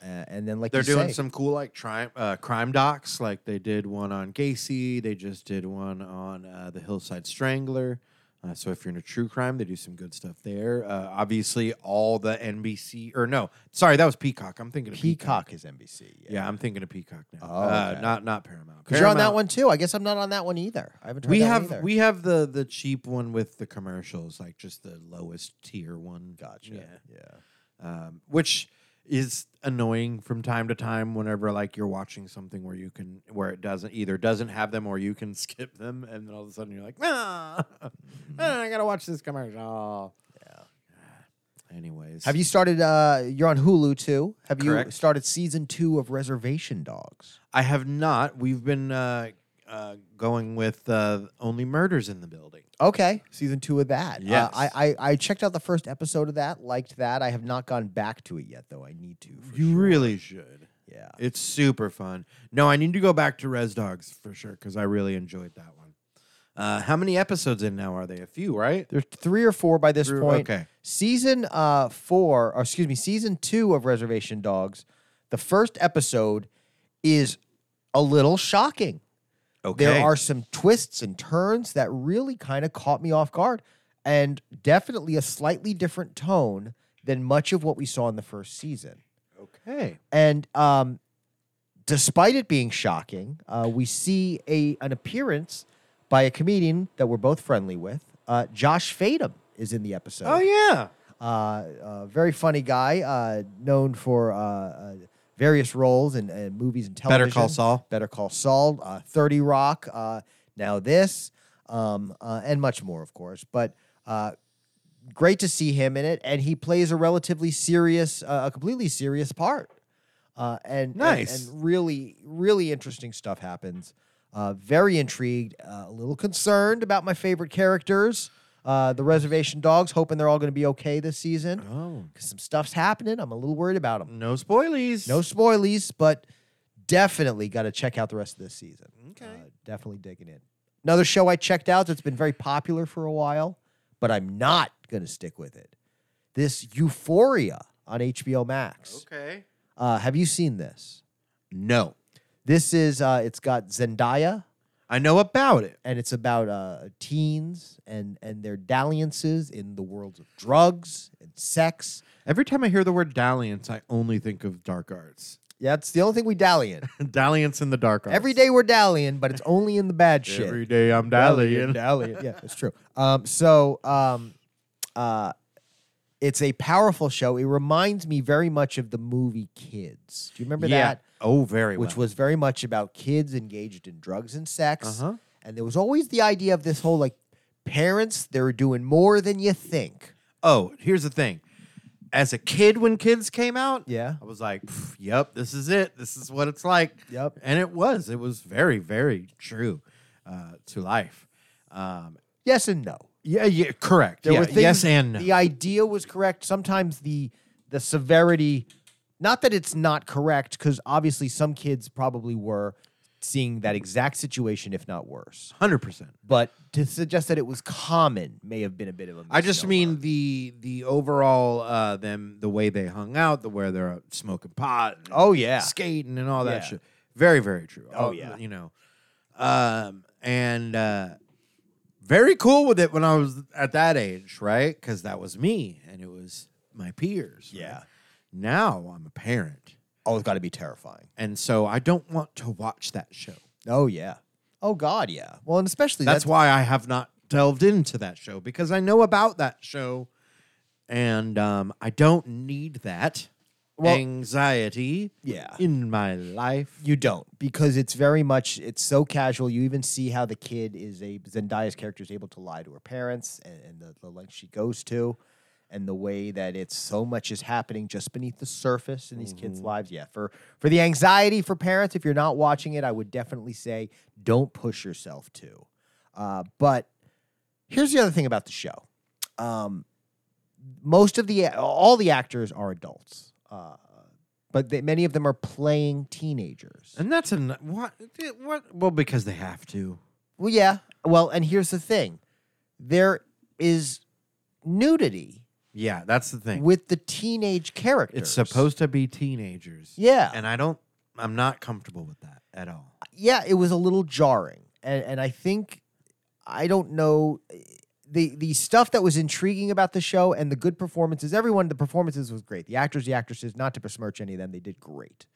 a- and then like
They're
you
doing
say-
some cool like tri- uh, crime docs, like they did one on Gacy. They just did one on uh, the Hillside Strangler. Uh, so if you're into true crime, they do some good stuff there. Uh, obviously, all the NBC or no, sorry, that was Peacock. I'm thinking of Peacock.
Peacock is NBC. Yeah,
Yeah, I'm thinking of Peacock now.
Oh,
uh,
okay.
Not not Paramount.
'Cause you're on that
Paramount-
one too. I guess I'm not on that one either. I haven't. Tried
We
that one
have
either.
we have the the cheap one with the commercials, like just the lowest tier one.
gotcha.
Yeah
yeah.
um, which is annoying from time to time whenever like you're watching something where you can where it doesn't either doesn't have them or you can [LAUGHS] skip them and then all of a sudden you're like nah, [LAUGHS] nah, i gotta watch this commercial
Yeah.
anyways
Have you started? Uh, you're on Hulu too. Have you
Correct.
started season two of Reservation Dogs?
i have not we've been uh, uh, going with uh, only murders in the building
Okay, season two of that. Uh,
Yes.
I, I I checked out the first episode of that. Liked that. I have not gone back to it yet, though. I need to. for
you
sure.
really should
Yeah.
It's super fun. No, I need to go back to Res Dogs for sure because I really enjoyed that one. Uh, how many episodes in now are they? A few, right?
There's three or four by this
Three-
point.
okay.
Season uh four, or excuse me, season two of Reservation Dogs. The first episode is a little shocking.
Okay.
There are some twists and turns that really kind of caught me off guard, and definitely a slightly different tone than much of what we saw in the first season.
okay.
And um, despite it being shocking, uh, we see a an appearance by a comedian that we're both friendly with. Uh, Josh Fadem is in the episode.
Oh yeah.
Uh, uh, very funny guy, uh, known for uh, uh, various roles in, in movies and television.
Better Call Saul.
Better Call Saul, uh, 30 Rock, uh, now this, um, uh, and much more, of course. But uh, great to see him in it, and he plays a relatively serious, uh, a completely serious part. Uh, and and-
Nice.
and, really, really interesting stuff happens. Uh, very intrigued, uh, a little concerned about my favorite characters, uh, the Reservation Dogs. Hoping they're all going to be okay this season
Oh.
because some stuff's happening. I'm a little worried about them.
No spoilies.
No spoilies, but definitely got to check out the rest of this season. Uh,
Okay.
definitely digging in. Another show I checked out that's been very popular for a while, but I'm not going to stick with it. This Euphoria on HBO Max.
Okay.
Uh, have you seen this?
No.
This is, uh, it's got Zendaya,
I know about it.
and it's about uh, teens and, and their dalliances in the worlds of drugs and sex.
Every time I hear the word dalliance, I only think of dark arts. [LAUGHS]
Yeah, it's the only thing we dally in.
dalliance in the dark arts.
Every day we're dallying, but it's only in the bad shit.
Every day I'm dallying.
Dallying. Yeah, that's true. Um, so um, uh, it's a powerful show. It reminds me very much of the movie Kids. Do you
[LAUGHS]
remember
yeah.
that?
Oh, very
Which
well.
was very much about kids engaged in drugs and sex.
Uh-huh.
And there was always the idea of this whole like parents, they're doing more than you think.
Oh, here's the thing. As a kid, when kids came out,
Yeah.
I was like, "Pff, "Yep, this is it. This is what it's like."
Yep.
and it was. It was very, very true uh, to life. Um,
Yes and no.
yeah, yeah, correct.
There
yeah,
were things,
yes and no.
The idea was correct. Sometimes the the severity. Not that it's not correct, because obviously some kids probably were seeing that exact situation, if not worse.
Hundred percent.
But to suggest that it was common may have been a bit of a.
I just
misnomer.
mean the the overall uh them the way they hung out, the where they're out smoking pot, and
Oh yeah.
skating and all that
Yeah.
shit. Very very true.
Oh,
Uh,
yeah.
you know, um and uh very cool with it when I was at that age, right? Because that was me and it was my peers. right?
Yeah.
Now I'm a parent,
Oh, it's got to be terrifying.
and so I don't want to watch that show.
Oh yeah. Oh god, yeah. Well, and especially
That's why I have not delved into that show because I know about that show and um, I don't need that
Well-
anxiety
Yeah.
in my life.
You don't because it's very much it's so casual. You even see how the kid is a Zendaya's character is able to lie to her parents and, and the, the length she goes to, and the way that it's so much is happening just beneath the surface in these kids' lives. Yeah, for for the anxiety for parents, if you're not watching it, I would definitely say don't push yourself to. Uh, but here's the other thing about the show. Um, most of the all the actors are adults, uh, but they, many of them are playing teenagers.
And that's an what what well because they have to.
Well, yeah. Well, and here's the thing: there is nudity
Yeah, that's the thing.
with the teenage characters.
It's supposed to be teenagers.
Yeah,
And I don't I'm not comfortable with that at all.
yeah. It was a little jarring, and and I think I don't know the the stuff that was intriguing about the show and the good performances. Everyone, the performances was great. The actors, the actresses. Not to besmirch any of them, they did great.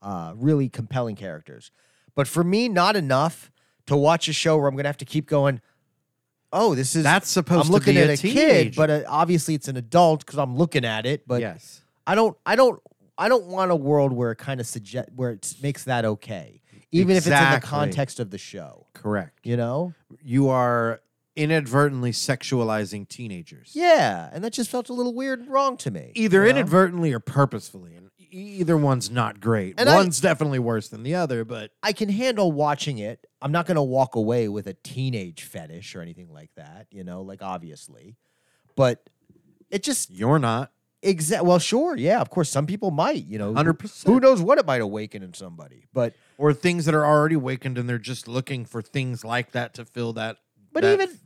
Uh, really compelling characters, but for me, not enough to watch a show where I'm going to have to keep going. Oh, this is
That's supposed
I'm looking
to be
at
a,
a,
teenager.
kid, but uh, obviously it's an adult because I'm looking at it. But
yes.
I don't, I don't, I don't want a world where it kind of suggest where it s- makes that okay, even if it's in the
Exactly.
context of the show.
Correct.
You know?
You are inadvertently sexualizing teenagers.
Yeah, and that just felt a little weird and wrong to me.
either
you know?
inadvertently or purposefully and e- either one's not great
And I-
one's definitely worse than the other but
I can handle watching it. I'm not going to walk away with a teenage fetish or anything like that. You know, like obviously, but it just
you're not
exact. Well, sure, yeah, of course. Some people might, you know, who-
100%
Who knows what it might awaken in somebody, but.
or things that are already awakened and they're just looking for things like that to fill that
But
that
even-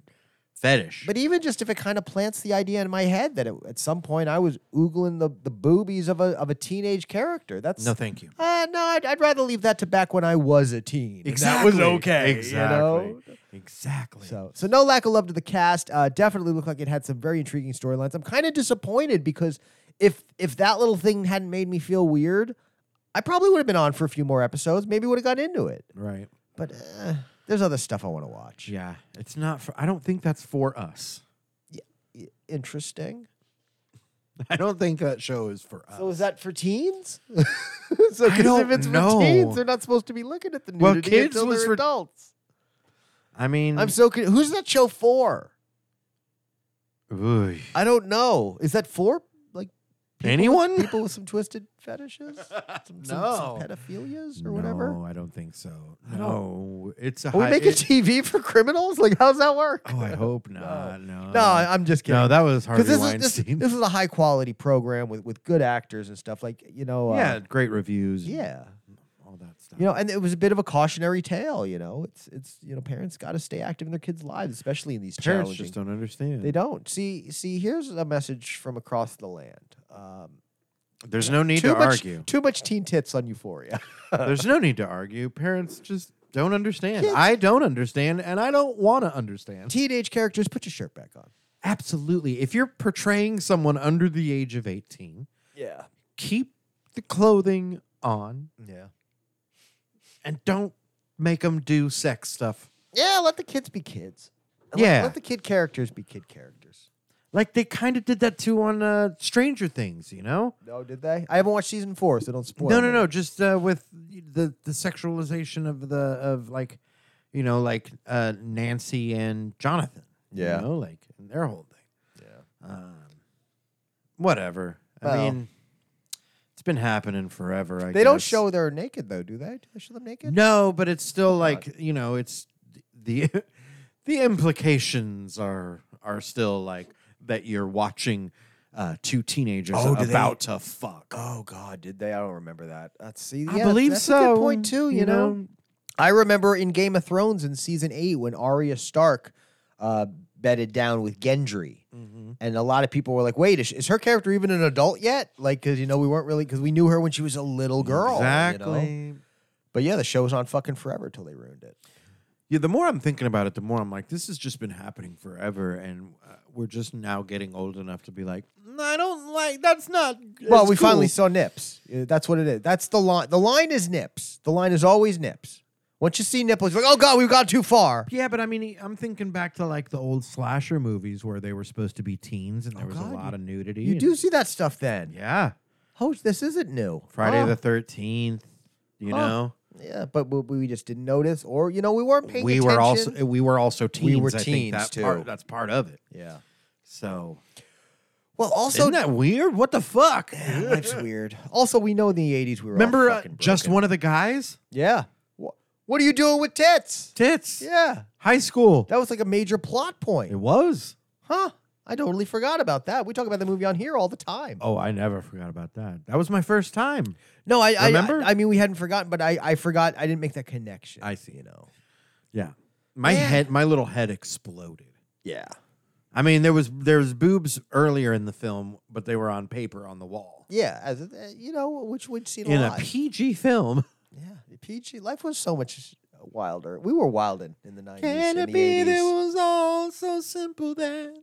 fetish
But even just if it kind of plants the idea in my head that it, at some point I was oogling the, the boobies of a of a teenage character, that's
no thank you
Uh, no, I'd, I'd rather leave that to back when I was a teen. and That was okay.
exactly
You know?
exactly
So, so no lack of love to the cast. Uh, definitely looked like it had some very intriguing storylines. I'm kind of disappointed because if if that little thing hadn't made me feel weird, I probably would have been on for a few more episodes. Maybe would have got into it.
right
But uh, there's other stuff I want to watch.
yeah it's not for i don't think that's for us [LAUGHS]
I- Interesting.
i don't think that show is for us
So is that for teens? [LAUGHS] so 'cause if
don't
it's
know.
for teens, they're not supposed to be looking at the nudity
Well, kids
until
was
they're
for- Mm.
adults.
i mean
I'm so con- who's that show for?
Ooh.
I don't know. Is that for like people
Anyone?
With, people with some twisted
[LAUGHS]
fetishes, some, some- some
No.
pedophilias or
[LAUGHS]
whatever.
no i don't think so
I don't-
no it's a
Are we
high-
making
it-
TV for criminals? Like, how's that work?
oh i hope not [LAUGHS] no
no, I- I'm just kidding.
Uh, no that was harvey
this is, this,
weinstein [LAUGHS]
this is a high quality program with, with good actors and stuff. Like, you know, uh,
yeah, great reviews. and
yeah.
all that stuff.
You know, and it was a bit of a cautionary tale. You know, it's it's you know, parents got to stay active in their kids' lives, especially in these
parents
challenging
just don't understand.
They don't see. See, here's a message from across the land. Um,
There's no need
too
to
much,
argue.
Too much teen tits on Euphoria. [LAUGHS]
There's no need to argue. Parents just don't understand.
Kids-
I don't understand, and I don't want to understand.
Teenage characters, put your shirt back on.
Absolutely. If you're portraying someone under the age of 18,
Yeah.
keep the clothing on
Yeah.
and don't make them do sex stuff.
Yeah. Let the kids be kids. And let-
Yeah.
Let, the kid characters be kid characters.
Like they kind of did that too on uh, Stranger Things, you know?
No, did they? I haven't watched season four, so don't spoil.
no, no,
me.
no. Just uh, with the the sexualization of the of like, you know, like uh, Nancy and Jonathan.
Yeah.
You know, like their whole thing.
Yeah.
Um, whatever. I
Well.
mean, it's been happening forever. I
They don't
guess.
show Oh, they're naked though, do they? Do they show them naked?
No, but it's still like you know, it's the the implications are are still like that you're watching uh, two teenagers
Oh, do they-
about to fuck.
Oh God, did they? I don't remember that. That's see,
I
yeah,
believe
that's
so.
A good point too. You, know? I remember in Game of Thrones in season eight when Arya Stark uh, bedded down with Gendry,
Mhm.
and a lot of people were like, "Wait, is, is her character even an adult yet?" Like, because you know we weren't really because we knew her when she was a little girl. you know?
Exactly.
But yeah, the show was on fucking forever till they ruined it.
Yeah, the more I'm thinking about it, the more I'm like, this has just been happening forever, and uh, we're just now getting old enough to be like, "Mm, I don't like. That's not.
well,
it's
we finally
cool."
saw nips. Uh, That's what it is. That's the line. The line is nips. The line is always nips. Once you see nipples, you're like, "Oh God, we've gone too far."
Yeah, but I mean, I'm thinking back to like the old slasher movies where they were supposed to be teens and there
Oh,
was
God,
a lot
you-
of nudity.
You
and-
do see that stuff then.
yeah.
Oh, this isn't new.
Friday
Huh.
the Thirteenth. You
Huh.
know,
Yeah, but we, we just didn't notice, or you know, we weren't paying
we
attention.
were also we were also teens.
were
I think
teens,
that
too.
Part, that's part of it.
yeah.
So,
Well,
so
also [SIGHS]
isn't that weird? What the fuck?
Yeah,
[LAUGHS]
life's weird. Also, we know in the '80s we were all
Remember, uh,
fucking
just
broken.
one of the guys,
Yeah. What, what are you doing with tits?
tits.
Yeah,
High school.
that was like a major plot
It
point,
was.
huh? I totally forgot about that. We talk about the movie on here all the time.
Oh, I never forgot about that. That was my first time.
No, I I-
Remember?
I, I mean, we hadn't forgotten, but I, I forgot. I didn't make that connection.
I see.
You know.
Yeah. My
Yeah.
head, my little head exploded.
Yeah.
I mean, there was there was boobs earlier in the film, but they were on paper on the wall.
Yeah. As uh, you know, which we'd seen
in
a
a
lot.
PG film.
yeah. PG life was so much wilder. We were wilding in the nineties.
Can it
the
be
80s.
that it was all so simple then?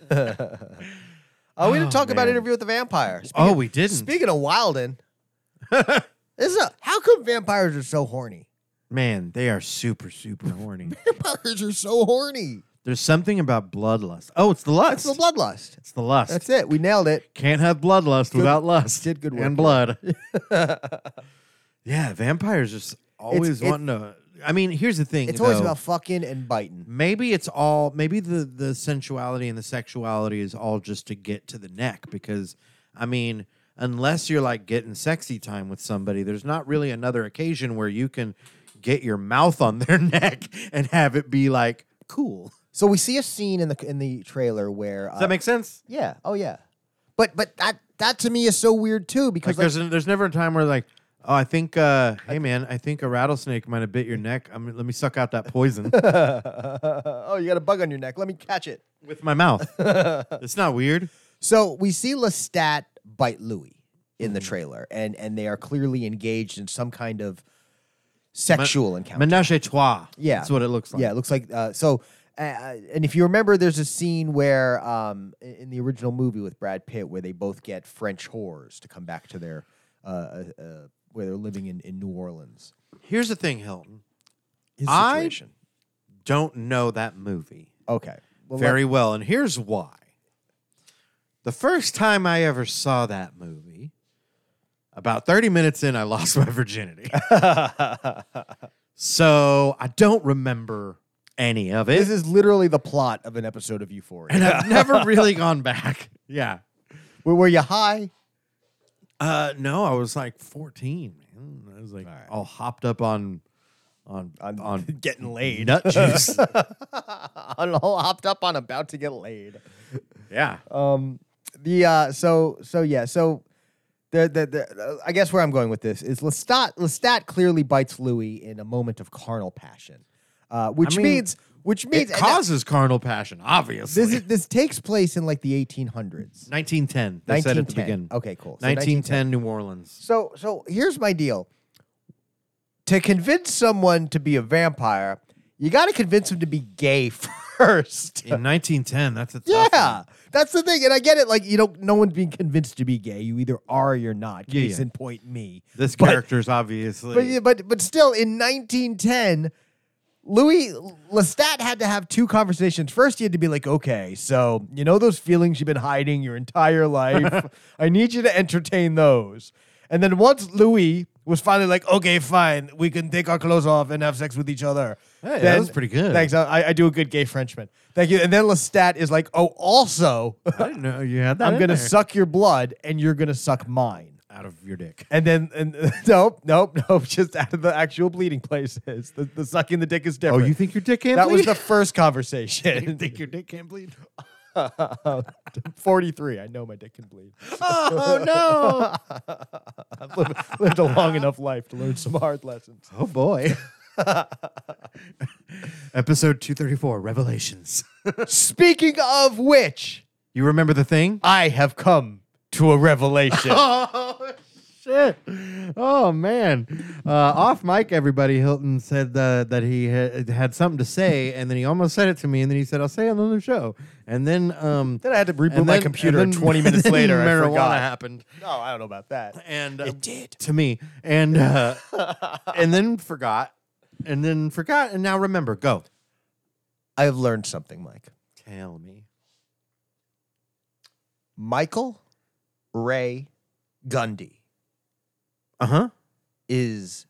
[LAUGHS] Uh, we didn't
Oh,
talk about
man.
Interview with the Vampire.
oh, we didn't.
Speaking of
[LAUGHS]
Wilden, this is a, how come vampires are so horny?
Man, they are super super horny.
Vampires are so horny.
There's something about bloodlust. Oh, it's the lust.
That's the bloodlust.
It's the lust.
That's it. We nailed it.
Can't have bloodlust without lust.
did good work.
and blood.
[LAUGHS]
yeah, vampires just always
it-
wanting to. I mean, here's the thing.
It's always
though.
about fucking and biting.
maybe it's all maybe the the sensuality and the sexuality is all just to get to the neck because i mean unless you're like getting sexy time with somebody there's not really another occasion where you can get your mouth on their [LAUGHS] neck and have it be like cool
So we see a scene in the in the trailer where
does
uh,
that make sense
yeah, oh yeah, but but that that to me is so weird too
like
because like,
there's there's never a time where like oh i think uh hey man i think a rattlesnake might have bit your neck i mean let me suck out that
[LAUGHS]
poison
oh you got a bug on your neck. Let me catch it.
with my
[LAUGHS]
mouth it's not weird
So we see Lestat bite Louis in
Hmm.
the trailer, and and they are clearly engaged in some kind of sexual encounter.
menage a trois
Yeah.
that's what it looks like
Yeah, it looks like uh, so. Uh, uh, and if you remember, there's a scene where um, i- in the original movie with Brad Pitt, where they both get French whores to come back to their uh, uh, uh, where they're living in, in New Orleans.
here's the thing hilton
His
I-
situation.
don't know that movie
Okay. Well,
very well, and here's why. The first time I ever saw that movie, about 30 minutes in, I lost my
[LAUGHS]
virginity. so I don't remember any of
This
it.
is literally the plot of an episode of Euphoria.
And I've [LAUGHS] never really gone back. Yeah.
were, were you high?
Uh, no, I was like 14, man. I was like
right.
all hopped up on on
On-
on, [LAUGHS] on
[LAUGHS] Getting laid.
nut juice.
I'm all hopped up on about to get laid.
[LAUGHS] yeah.
Um, the uh, so so yeah, so the the, the uh, I guess where I'm going with this is Lestat Lestat clearly bites Louis in a moment of carnal passion, uh, which
mean,
means which means
It
and that-
causes carnal passion, obviously.
this is, this takes place in like the 1800s.
1910. They said at the
1910.
beginning.
Okay, cool. So
1910 New Orleans.
[LAUGHS] So so here's my deal. To convince someone to be a vampire, you got to convince them to be gay [LAUGHS] first.
In 1910, that's a tough
Yeah,
one.
that's the thing, and I get it. Like you don't, no one's being convinced to be gay. You either are or you're not.
Yeah,
Case
yeah.
in point, me.
This
But-
character's obviously.
But yeah, but but still, in 1910, Louis Lestat had to have two conversations. First, he had to be like, okay, so you know those feelings you've been hiding your
[LAUGHS]
entire life. I need you to entertain those. And then once Louis was finally like, okay, fine, we can take our clothes off and have sex with each other.
Hey, that
then-
was pretty good.
Thanks. I, I do a good gay Frenchman. Thank you. And then Lestat is like, oh, also,
I didn't know you had that.
I'm
in
gonna
there.
suck your blood and you're gonna suck mine.
out of your dick.
And then and [LAUGHS] nope, nope, nope, [LAUGHS] just out of the actual bleeding places. The, the sucking the dick is
Oh, [LAUGHS]
different. [LAUGHS]
you think your dick can't
that
bleed?
was the first conversation.
think your dick can't bleed?
[LAUGHS] 43. I know my dick can bleed.
[LAUGHS] Oh no!
I've lived, lived a long enough life to learn some hard
[LAUGHS]
lessons.
Oh boy. Episode 234 Revelations.
Speaking of which,
You remember the thing?
I have come to a revelation.
[LAUGHS] Oh shit. Oh man. Uh, off mic everybody Hilton said uh, that he had, had something to say and then he almost said it to me and then he said I'll say it on the show. And then um
then I had to reboot
and
my
then-
computer
and
and
then-
20
[LAUGHS]
minutes
then
later. I
marijuana
forgot.
happened.
No, I don't know about that.
And uh,
It did.
to me and
[LAUGHS]
uh, and then forgot and then forgot and now remember go.
I have learned something, Mike.
Tell me.
Michael Ray Gundy
Uh-huh.
is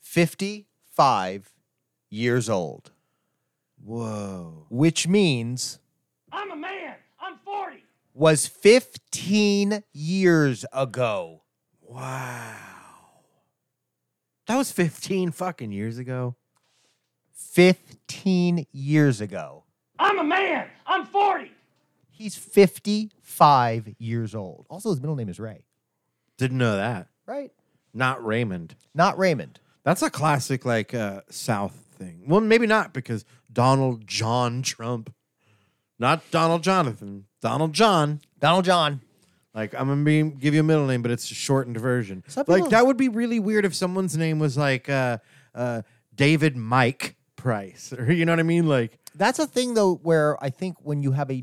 55 years old,
Whoa.
which means
I'm a man. I'm 40.
was 15 years ago.
Wow. That was 15 fucking years ago.
15 years ago.
I'm a man. I'm 40.
He's 55 years old. Also, his middle name is Ray,
Didn't know that.
right?
Not Raymond.
Not Raymond.
That's a classic, like, uh, South thing. Well, maybe not because Donald John Trump, not Donald Jonathan, Donald John.
Donald John.
Like, I'm gonna be, give you a middle name, but it's a shortened version.
Some
like,
people-
that would be really weird if someone's name was like, uh, uh, David Mike Price, [LAUGHS] or you know what I mean? Like,
That's a thing, though, where I think when you have a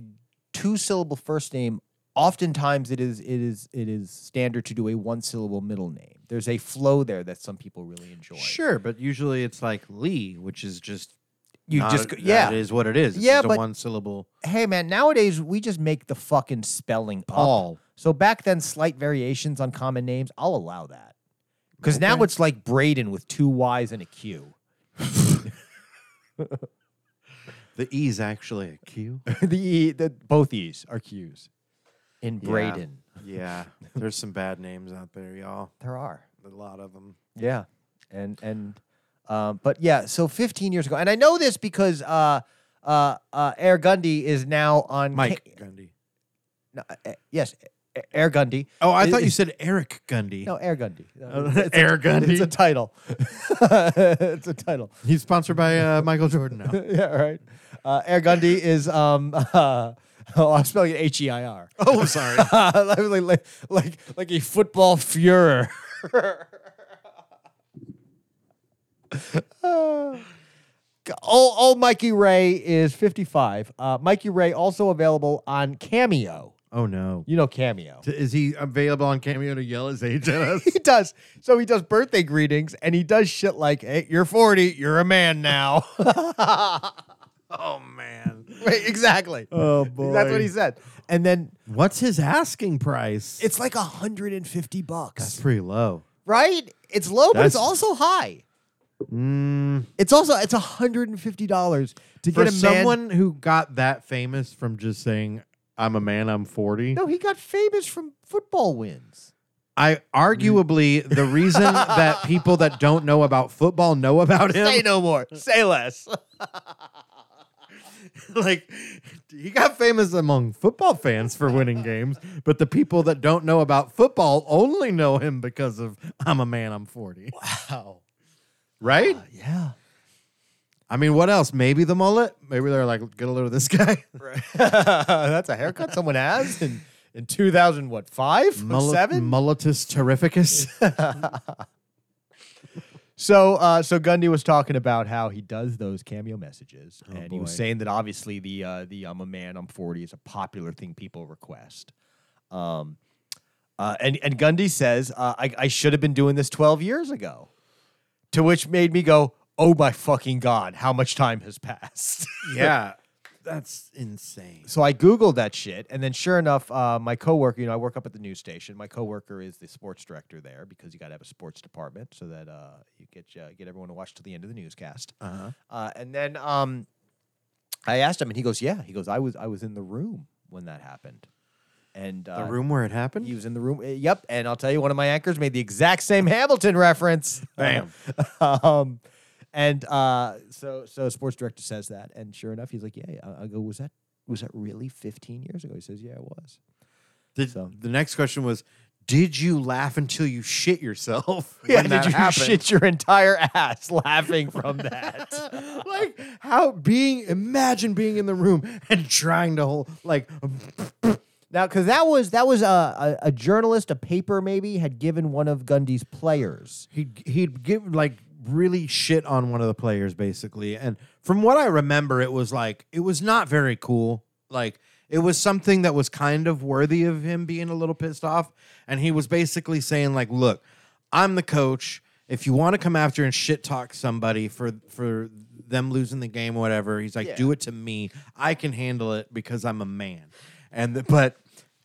two syllable first name, oftentimes it is it is it is standard to do a one syllable middle name. There's a flow there that some people really enjoy.
sure, but usually it's like Lee, which is just
You
Not-
just go-
that
yeah.
is what it is. It's
Yeah,
just a
but-
one syllable.
hey man, nowadays we just make the fucking spelling Paul. So back then, slight variations on common names, I'll allow that. Because now
Okay.
it's like Braden with two Y's and a Q. [LAUGHS]
The E's actually a Q.
the E, the, both E's are Q's. In
Yeah.
Braden,
[LAUGHS] yeah, there's some bad names out there, y'all.
there are.
A lot of them.
Yeah, and and um, but yeah, so 15 years ago, and I know this because uh, uh, uh, Air Gundy is now
[LAUGHS]
on
Mike
ca-
Gundy.
no, uh, yes, A- Air Gundy.
Oh, I thought you
Is-
said Eric Gundy.
No, Air Gundy.
Oh,
It's
[LAUGHS]
a-
Air
It's a
Gundy.
title. [LAUGHS] it's a title.
He's sponsored by [LAUGHS] uh, Michael Jordan now.
[LAUGHS] yeah, right. Uh, Air Gundy is um. [LAUGHS] Uh, oh, I'm spelling it H E I R.
[LAUGHS] oh, sorry.
[LAUGHS] like, like like like a football [LAUGHS] furor. old, old Uh, oh, Mikey Ray is 55. Uh, Mikey Ray also available on Cameo.
Oh no.
You know Cameo.
Is he available on Cameo to yell his age at us?
[LAUGHS] He does. So he does birthday greetings and he does shit like, hey, you're 40, you're a man now.
[LAUGHS] oh man.
Right, exactly.
Oh
That's what he said. And then
[LAUGHS] What's his asking price?
it's like 150 bucks.
That's pretty low.
right? It's low, but
That's-
it's also high.
Mm,
It's also it's hundred and fifty dollars to
for
get a Man,
someone who got that famous from just saying, "I'm a man, I'm 40."
no, he got famous from football wins.
I arguably the [LAUGHS] reason that people that don't know about football know about him,
no more.
[LAUGHS]
Say less.
like he got famous among football fans for winning games, but the people that don't know about football only know him because of "I'm a man, I'm 40." Oh.
Wow.
Right?
Yeah. [LAUGHS]
I mean, what else? Maybe the mullet. Maybe they're like, "Get a load of this guy."
That's a haircut someone has in in two thousand what
[LAUGHS]
five
Mullet, mulletus terrificus.
So, uh, so Gundy was talking about how he does those cameo messages,
Oh,
and he was
boy.
saying that obviously the uh, the "I'm a man, I'm 40" is a popular thing people request. Um, uh, and and Gundy says, uh, I, "I should have been doing this 12 years ago," to which made me go, "Oh my fucking god, how much time has passed?" [LAUGHS]
[LAUGHS] yeah, that's insane.
so I googled that shit, and then sure enough, uh, my coworker, you know, I work up at the news station. My coworker is the sports director there because you got to have a sports department so that uh, you get uh, get everyone to watch till the end of the newscast.
Uh-huh.
Uh, and then um, I asked him, and he goes, "Yeah." He goes, "I was I was in the room when that happened." And uh,
The room where it happened.
He was in the room. uh, yep. And I'll tell you, one of my anchors made the exact same Hamilton reference.
Bam.
[LAUGHS] um, and uh, so so sports director says that, and sure enough, he's like, "Yeah." I, I go, "Was that was that really 15 years ago? He says, yeah, it was.
Did,
So-
The next question was, did you laugh until you shit [LAUGHS] yourself?
Yeah, [LAUGHS]
when
did
that
you
happened?
shit your entire [LAUGHS] ass laughing from that?
[LAUGHS] like how being imagine being in the room and trying to hold like
now, because that was that was a, a, a journalist, a paper maybe, had given one of Gundy's players.
he'd he'd give like really shit on one of the players basically and from what i remember it was like it was not very cool like it was something that was kind of worthy of him being a little pissed off and he was basically saying like look i'm the coach if you want to come after and shit talk somebody for for them losing the game or whatever he's like do it to me i can handle it because i'm a man and the, but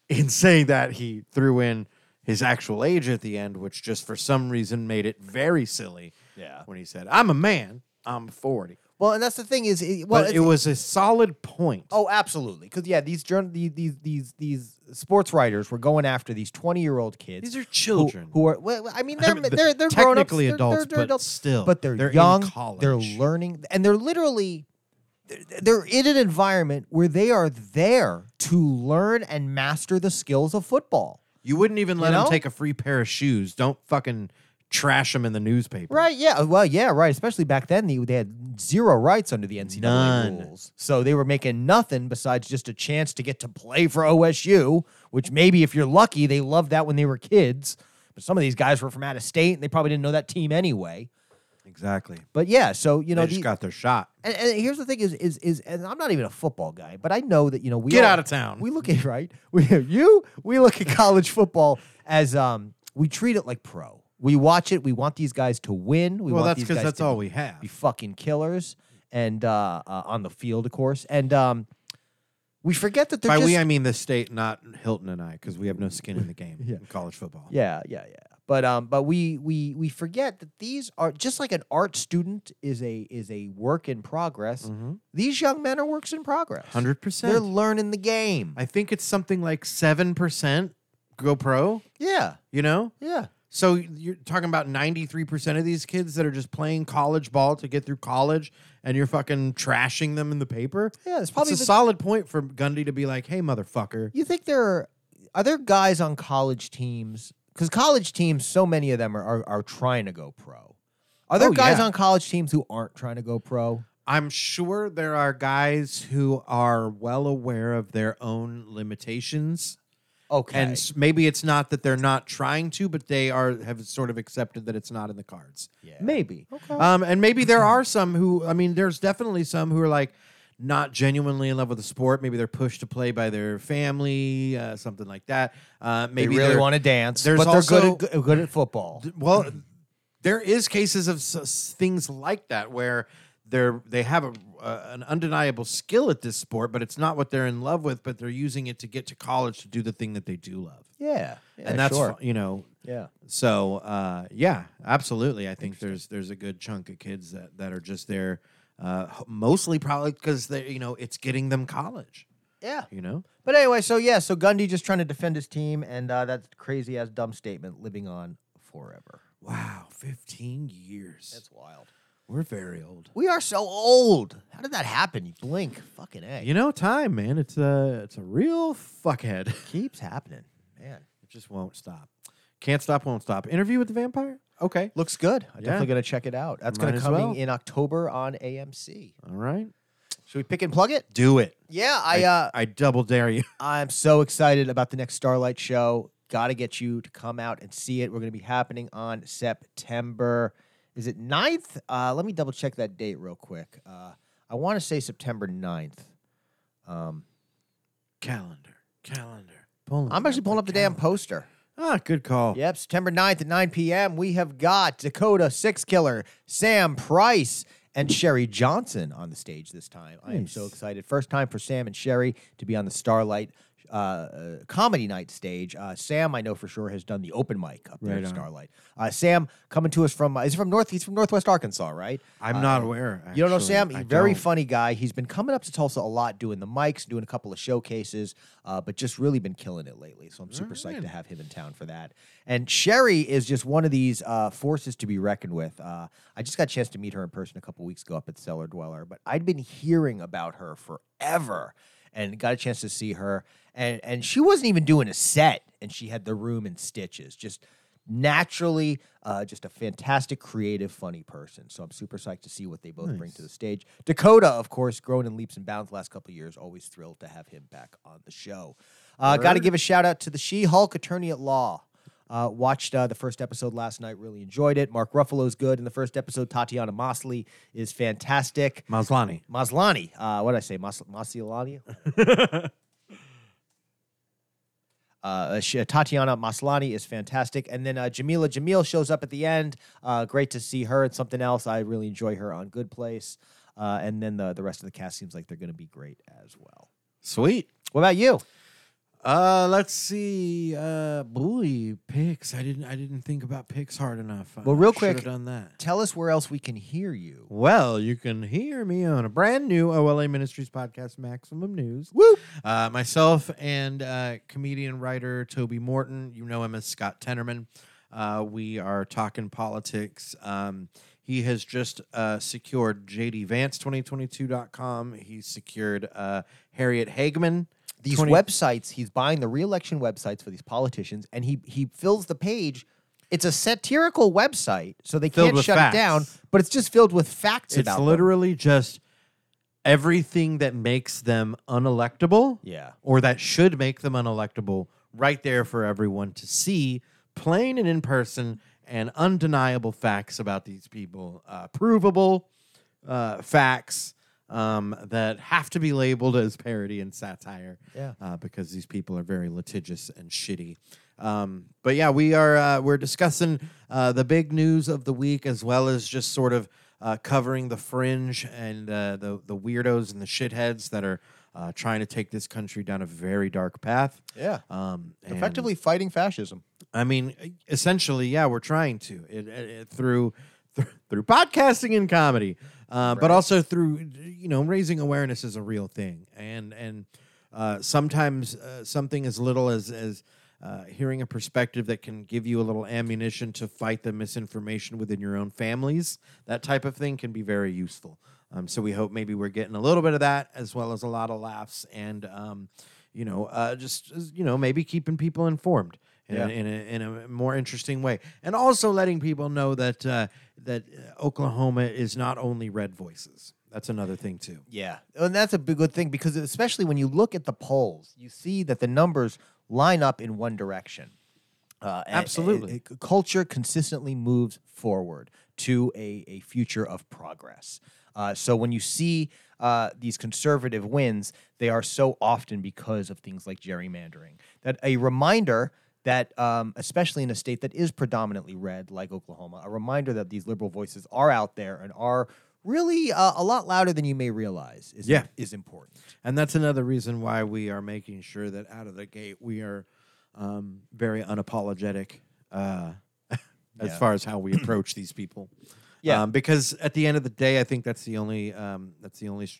in saying that he threw in his actual age at the end, which just for some reason made it very silly.
Yeah.
When he said, "I'm a man, I'm 40,"
Well, and that's the thing is, it, well,
but
it's-
it was a solid point.
Oh, absolutely. Because yeah, these journal these these these these sports writers were going after these twenty year old kids.
these are
who,
children.
who are well, I mean
I
[LAUGHS] they're
mean, the-
they're they're
technically adults,
grown-ups, they're- they're, they're
but
adults,
still,
but they're,
they're in
young, they're
college.
learning, and they're literally they're- they're in an environment where they are there to learn and master the skills of football.
you wouldn't even let him
know?
take a free pair of shoes. Don't fucking trash him in the newspaper.
Right? Yeah. uh, Well, yeah. Right. Especially back then, they, they had zero rights under the NCAA
None.
rules, so they were making nothing besides just a chance to get to play for OSU. Which maybe, if you're lucky, they loved that when they were kids. But some of these guys were from out of state, and they probably didn't know that team anyway.
Exactly.
But yeah, so you
You know,
know,
they just
the-
got their shot.
and, and here's the thing: is is is, and I'm not even a football guy, but I know that you know we
Get
all-
out of town.
We look at [LAUGHS] right, we you we look at college football as um we treat it like pro. We watch it. We want these guys to win. We
well,
want
that's
these
because
guys
that's
to
all
be-
we have.
be fucking killers and uh, uh on the field, of course. And um we forget that they're
By
just
we, I mean the state, not Hilton and I, because we have no skin in the game
[LAUGHS] Yeah.
in college football.
Yeah, yeah, yeah. But um, but we we we forget that these are just like an art student is a is a work in progress.
Mm-hmm.
These young men are works in progress.
100%.
They're learning the game.
I think it's something like 7% go pro,
yeah,
you know?
yeah.
So you're talking about 93% of these kids that are just playing college ball to get through college and you're fucking trashing them in the paper?
Yeah,
Probably
it's probably
it's a
the-
solid point for Gundy to be like, "Hey motherfucker,
You think there are, are there guys on college teams? Because college teams, so many of them are, are, are trying to go pro. Are there
Oh,
guys
yeah.
on college teams who aren't trying to go pro?
I'm sure there are guys who are well aware of their own limitations
Okay.
and s- maybe it's not that they're not trying to, but they are have sort of accepted that it's not in the cards."
yeah. Maybe. Uh, Okay.
Um, and maybe there are some who, I mean, there's definitely some who are like not genuinely in love with the sport. Maybe they're pushed to play by their family, uh, something like that. Uh,
they
maybe
really
they're-
want to dance,
there's
but they're
also-
good, at, good at football.
Well, there is cases of s- s- things like that where they're they have a, uh, an undeniable skill at this sport, but it's not what they're in love with. But they're using it to get to college to do the thing that they do love,
Yeah. yeah,
and that's
sure.
fu- you know
Yeah.
So uh, yeah, absolutely. I think there's there's a good chunk of kids that, that are just there, uh, h- mostly probably because they you know it's getting them college.
Yeah.
You know,
But anyway, so yeah, so Gundy just trying to defend his team, and uh, that's crazy ass dumb statement living on forever.
wow, fifteen years.
wild.
We're very old.
We are so old. How did that happen? You blink. Fucking A.
You know, time, man. It's a it's a real fuckhead. [LAUGHS] it
keeps happening. Man.
just won't stop. Can't stop, won't stop. Interview with the vampire. Okay,
Looks good. I'm
Yeah.
definitely gonna check it out. That's
Might
gonna
as
come
well.
in October on AMC.
all right.
Should we pick and plug it?
Do it.
Yeah, I uh
I double dare you. [LAUGHS]
I'm so excited about the next Starlight show. Got to get you to come out and see it. We're going to be happening on September. Is it 9th? Uh, let me double check that date real quick. Uh, I want to say September 9th. Um,
calendar, calendar. Pulling
I'm actually pulling up the damn
calendar.
poster.
Ah, good call.
Yep, September 9th at 9 p.m. We have got Dakota Six Killer, Sam Price, and Sherry Johnson on the stage this time. I am so
Nice.
excited. First time for Sam and Sherry to be on the Starlight uh, uh, Comedy Night stage. Uh, Sam, I know for sure, has done the open mic up there
Right
at
on.
Starlight. Uh, Sam coming to us from, uh, is he from North? He's from Northwest Arkansas, right?
I'm
Uh,
not aware.
you don't know
actually.
Sam?
I
Very
don't.
funny guy. He's been coming up to Tulsa a lot, doing the mics, doing a couple of showcases, uh, but just really been killing it lately. So I'm super psyched to have him in town for that. And Sherry is just one of these uh, forces to be reckoned with. Uh, I just got a chance to meet her in person a couple weeks ago up at Cellar Dweller, but I'd been hearing about her forever. and got a chance to see her. And and she wasn't even doing a set, and she had the room in stitches. Just naturally, uh, just a fantastic, creative, funny person. So I'm super psyched to see what they both bring to the stage. Dakota, of course, grown in leaps and bounds the last couple of years. Always thrilled to have him back on the show. Uh, got to give a shout out to the She-Hulk attorney at law. Uh, watched uh, the first episode last night, really enjoyed it. Mark Ruffalo's good in the first episode. Tatiana Mosley is fantastic.
Maslani.
Maslani, uh, what did I say? Mas- Masilani? Uh, she, Tatiana Maslani is fantastic, and then uh, Jamila Jamil shows up at the end. Uh, great to see her and something else. I really enjoy her on Good Place, uh, and then the the rest of the cast seems like they're going to be great as well.
Sweet.
What about you?
Uh, let's see. Uh, boy, picks. I didn't. I didn't think about picks hard enough. I
Well, real
should've
quick-
done that.
Tell us where else we can hear you.
Well, you can hear me on a brand new OLA Ministries podcast, Maximum News.
Woo!
Uh, myself and uh, comedian writer Toby Morton, you know him as Scott Tenorman. Uh, we are talking politics. Um, he has just uh, secured jdvance2022.com. He's secured uh, Harriet Hagman.
These
20
websites, he's buying the re-election websites for these politicians, and he he fills the page. It's a satirical website, so they
Filled
can't
with
shut it down.
facts.
But it's just filled with facts
It's
about them.
literally just everything that makes them unelectable.
Yeah.
or that should make them unelectable right there for everyone to see, plain and in person, and undeniable facts about these people, uh, provable uh, facts um, that have to be labeled as parody and satire
Yeah.
uh, because these people are very litigious and shitty. Um, but yeah, we are uh, we're discussing uh, the big news of the week as well as just sort of uh, covering the fringe and uh, the the weirdos and the shitheads that are uh, trying to take this country down a very dark path.
Yeah.
Um, and-
Effectively fighting fascism.
I mean, e, essentially, yeah, we're trying to it, it, it- through [LAUGHS] th- through podcasting and comedy, uh, but also through you know raising awareness is a real thing, and and uh, sometimes uh, something as little as as uh, hearing a perspective that can give you a little ammunition to fight the misinformation within your own families, that type of thing can be very useful. Um, so we hope maybe we're getting a little bit of that as well as a lot of laughs and um, you know uh, just you know maybe keeping people informed in, a,
Yeah.
in, a, in a more interesting way, and also letting people know that uh, that uh, Oklahoma is not only red voices. That's another thing too.
Yeah, and that's a big good thing because especially when you look at the polls, you see that the numbers line up in one direction. Uh, and- and-
Absolutely.
and c- culture consistently moves forward to a, a future of progress. Uh, so when you see uh, these conservative wins, they are so often because of things like gerrymandering. That a reminder that, um, especially in a state that is predominantly red like Oklahoma, a reminder that these liberal voices are out there and are really uh, a lot louder than you may realize is,
Yeah.
is important.
And that's another reason why we are making sure that out of the gate we are um, very unapologetic uh, [LAUGHS] as
Yeah.
far as how we approach these people.
Yeah.
Um, because at the end of the day, I think that's the only um, that's the only s-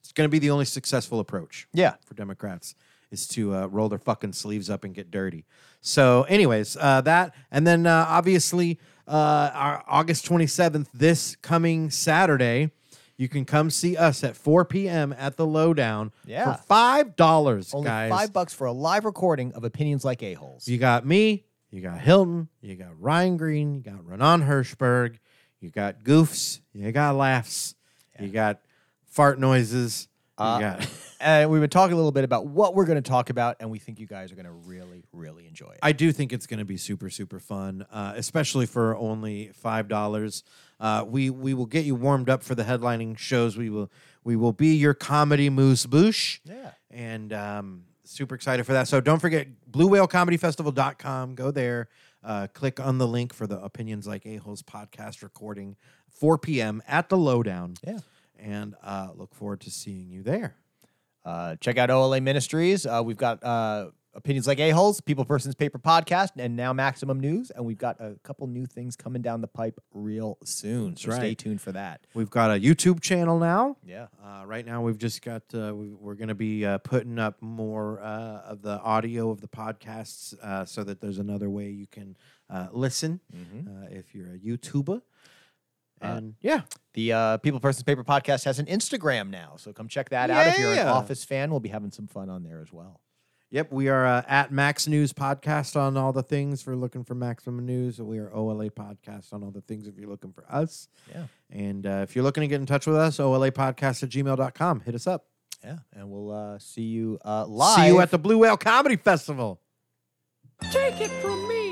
it's going to be the only successful approach.
Yeah.
for Democrats is to uh, roll their fucking sleeves up and get dirty. So, anyways, uh, that and then uh, obviously uh, our August 27th, this coming Saturday, you can come see us at 4 p.m. at the Lowdown
Yeah.
for five dollars,
Only
guys.
five bucks for a live recording of opinions like a-holes.
You got me, you got Hilton, you got Ryan Green, you got Renan Hirschberg, you got goofs, you got laughs, you got fart noises,
Uh,
you got.
And we've been talking a little bit about what we're going to talk about, and we think you guys are going to really, really enjoy it.
I do think it's going to be super super fun, uh, especially for only five dollars. Uh, we we will get you warmed up for the headlining shows. We will we will be your comedy moose boosh.
Yeah.
and um, super excited for that. So don't forget Blue Whale Comedy Festival.com. Go there, uh, click on the link for the Opinions Like A Holes podcast recording, 4 p.m. at the Lowdown.
Yeah.
and uh, look forward to seeing you there.
Uh, check out OLA Ministries. Uh, we've got uh, opinions like a-holes, People Persons Paper Podcast, and now Maximum News. And we've got a couple new things coming down the pipe real soon. So stay
right.
tuned for that.
We've got a YouTube channel now.
Yeah.
Uh, right now, we've just got uh, we, we're going to be uh, putting up more uh, of the audio of the podcasts uh, so
Mm-hmm.
that there's another way you can uh, listen uh, if you're a YouTuber. And yeah,
The uh, People Persons Paper podcast has an Instagram now, so come check that out if you're an
Yeah.
Office fan. We'll be having some fun on there as well.
Yep, we are uh, at Max News Podcast on all the things for looking for Maximum News. We are OLA Podcast on all the things if you're looking for us.
Yeah.
And uh, if you're looking to get in touch with us, OLA Podcast at gmail.com. Hit us up.
Yeah, and we'll uh, see you uh, live.
See you at the Blue Whale Comedy Festival.
Take it from me.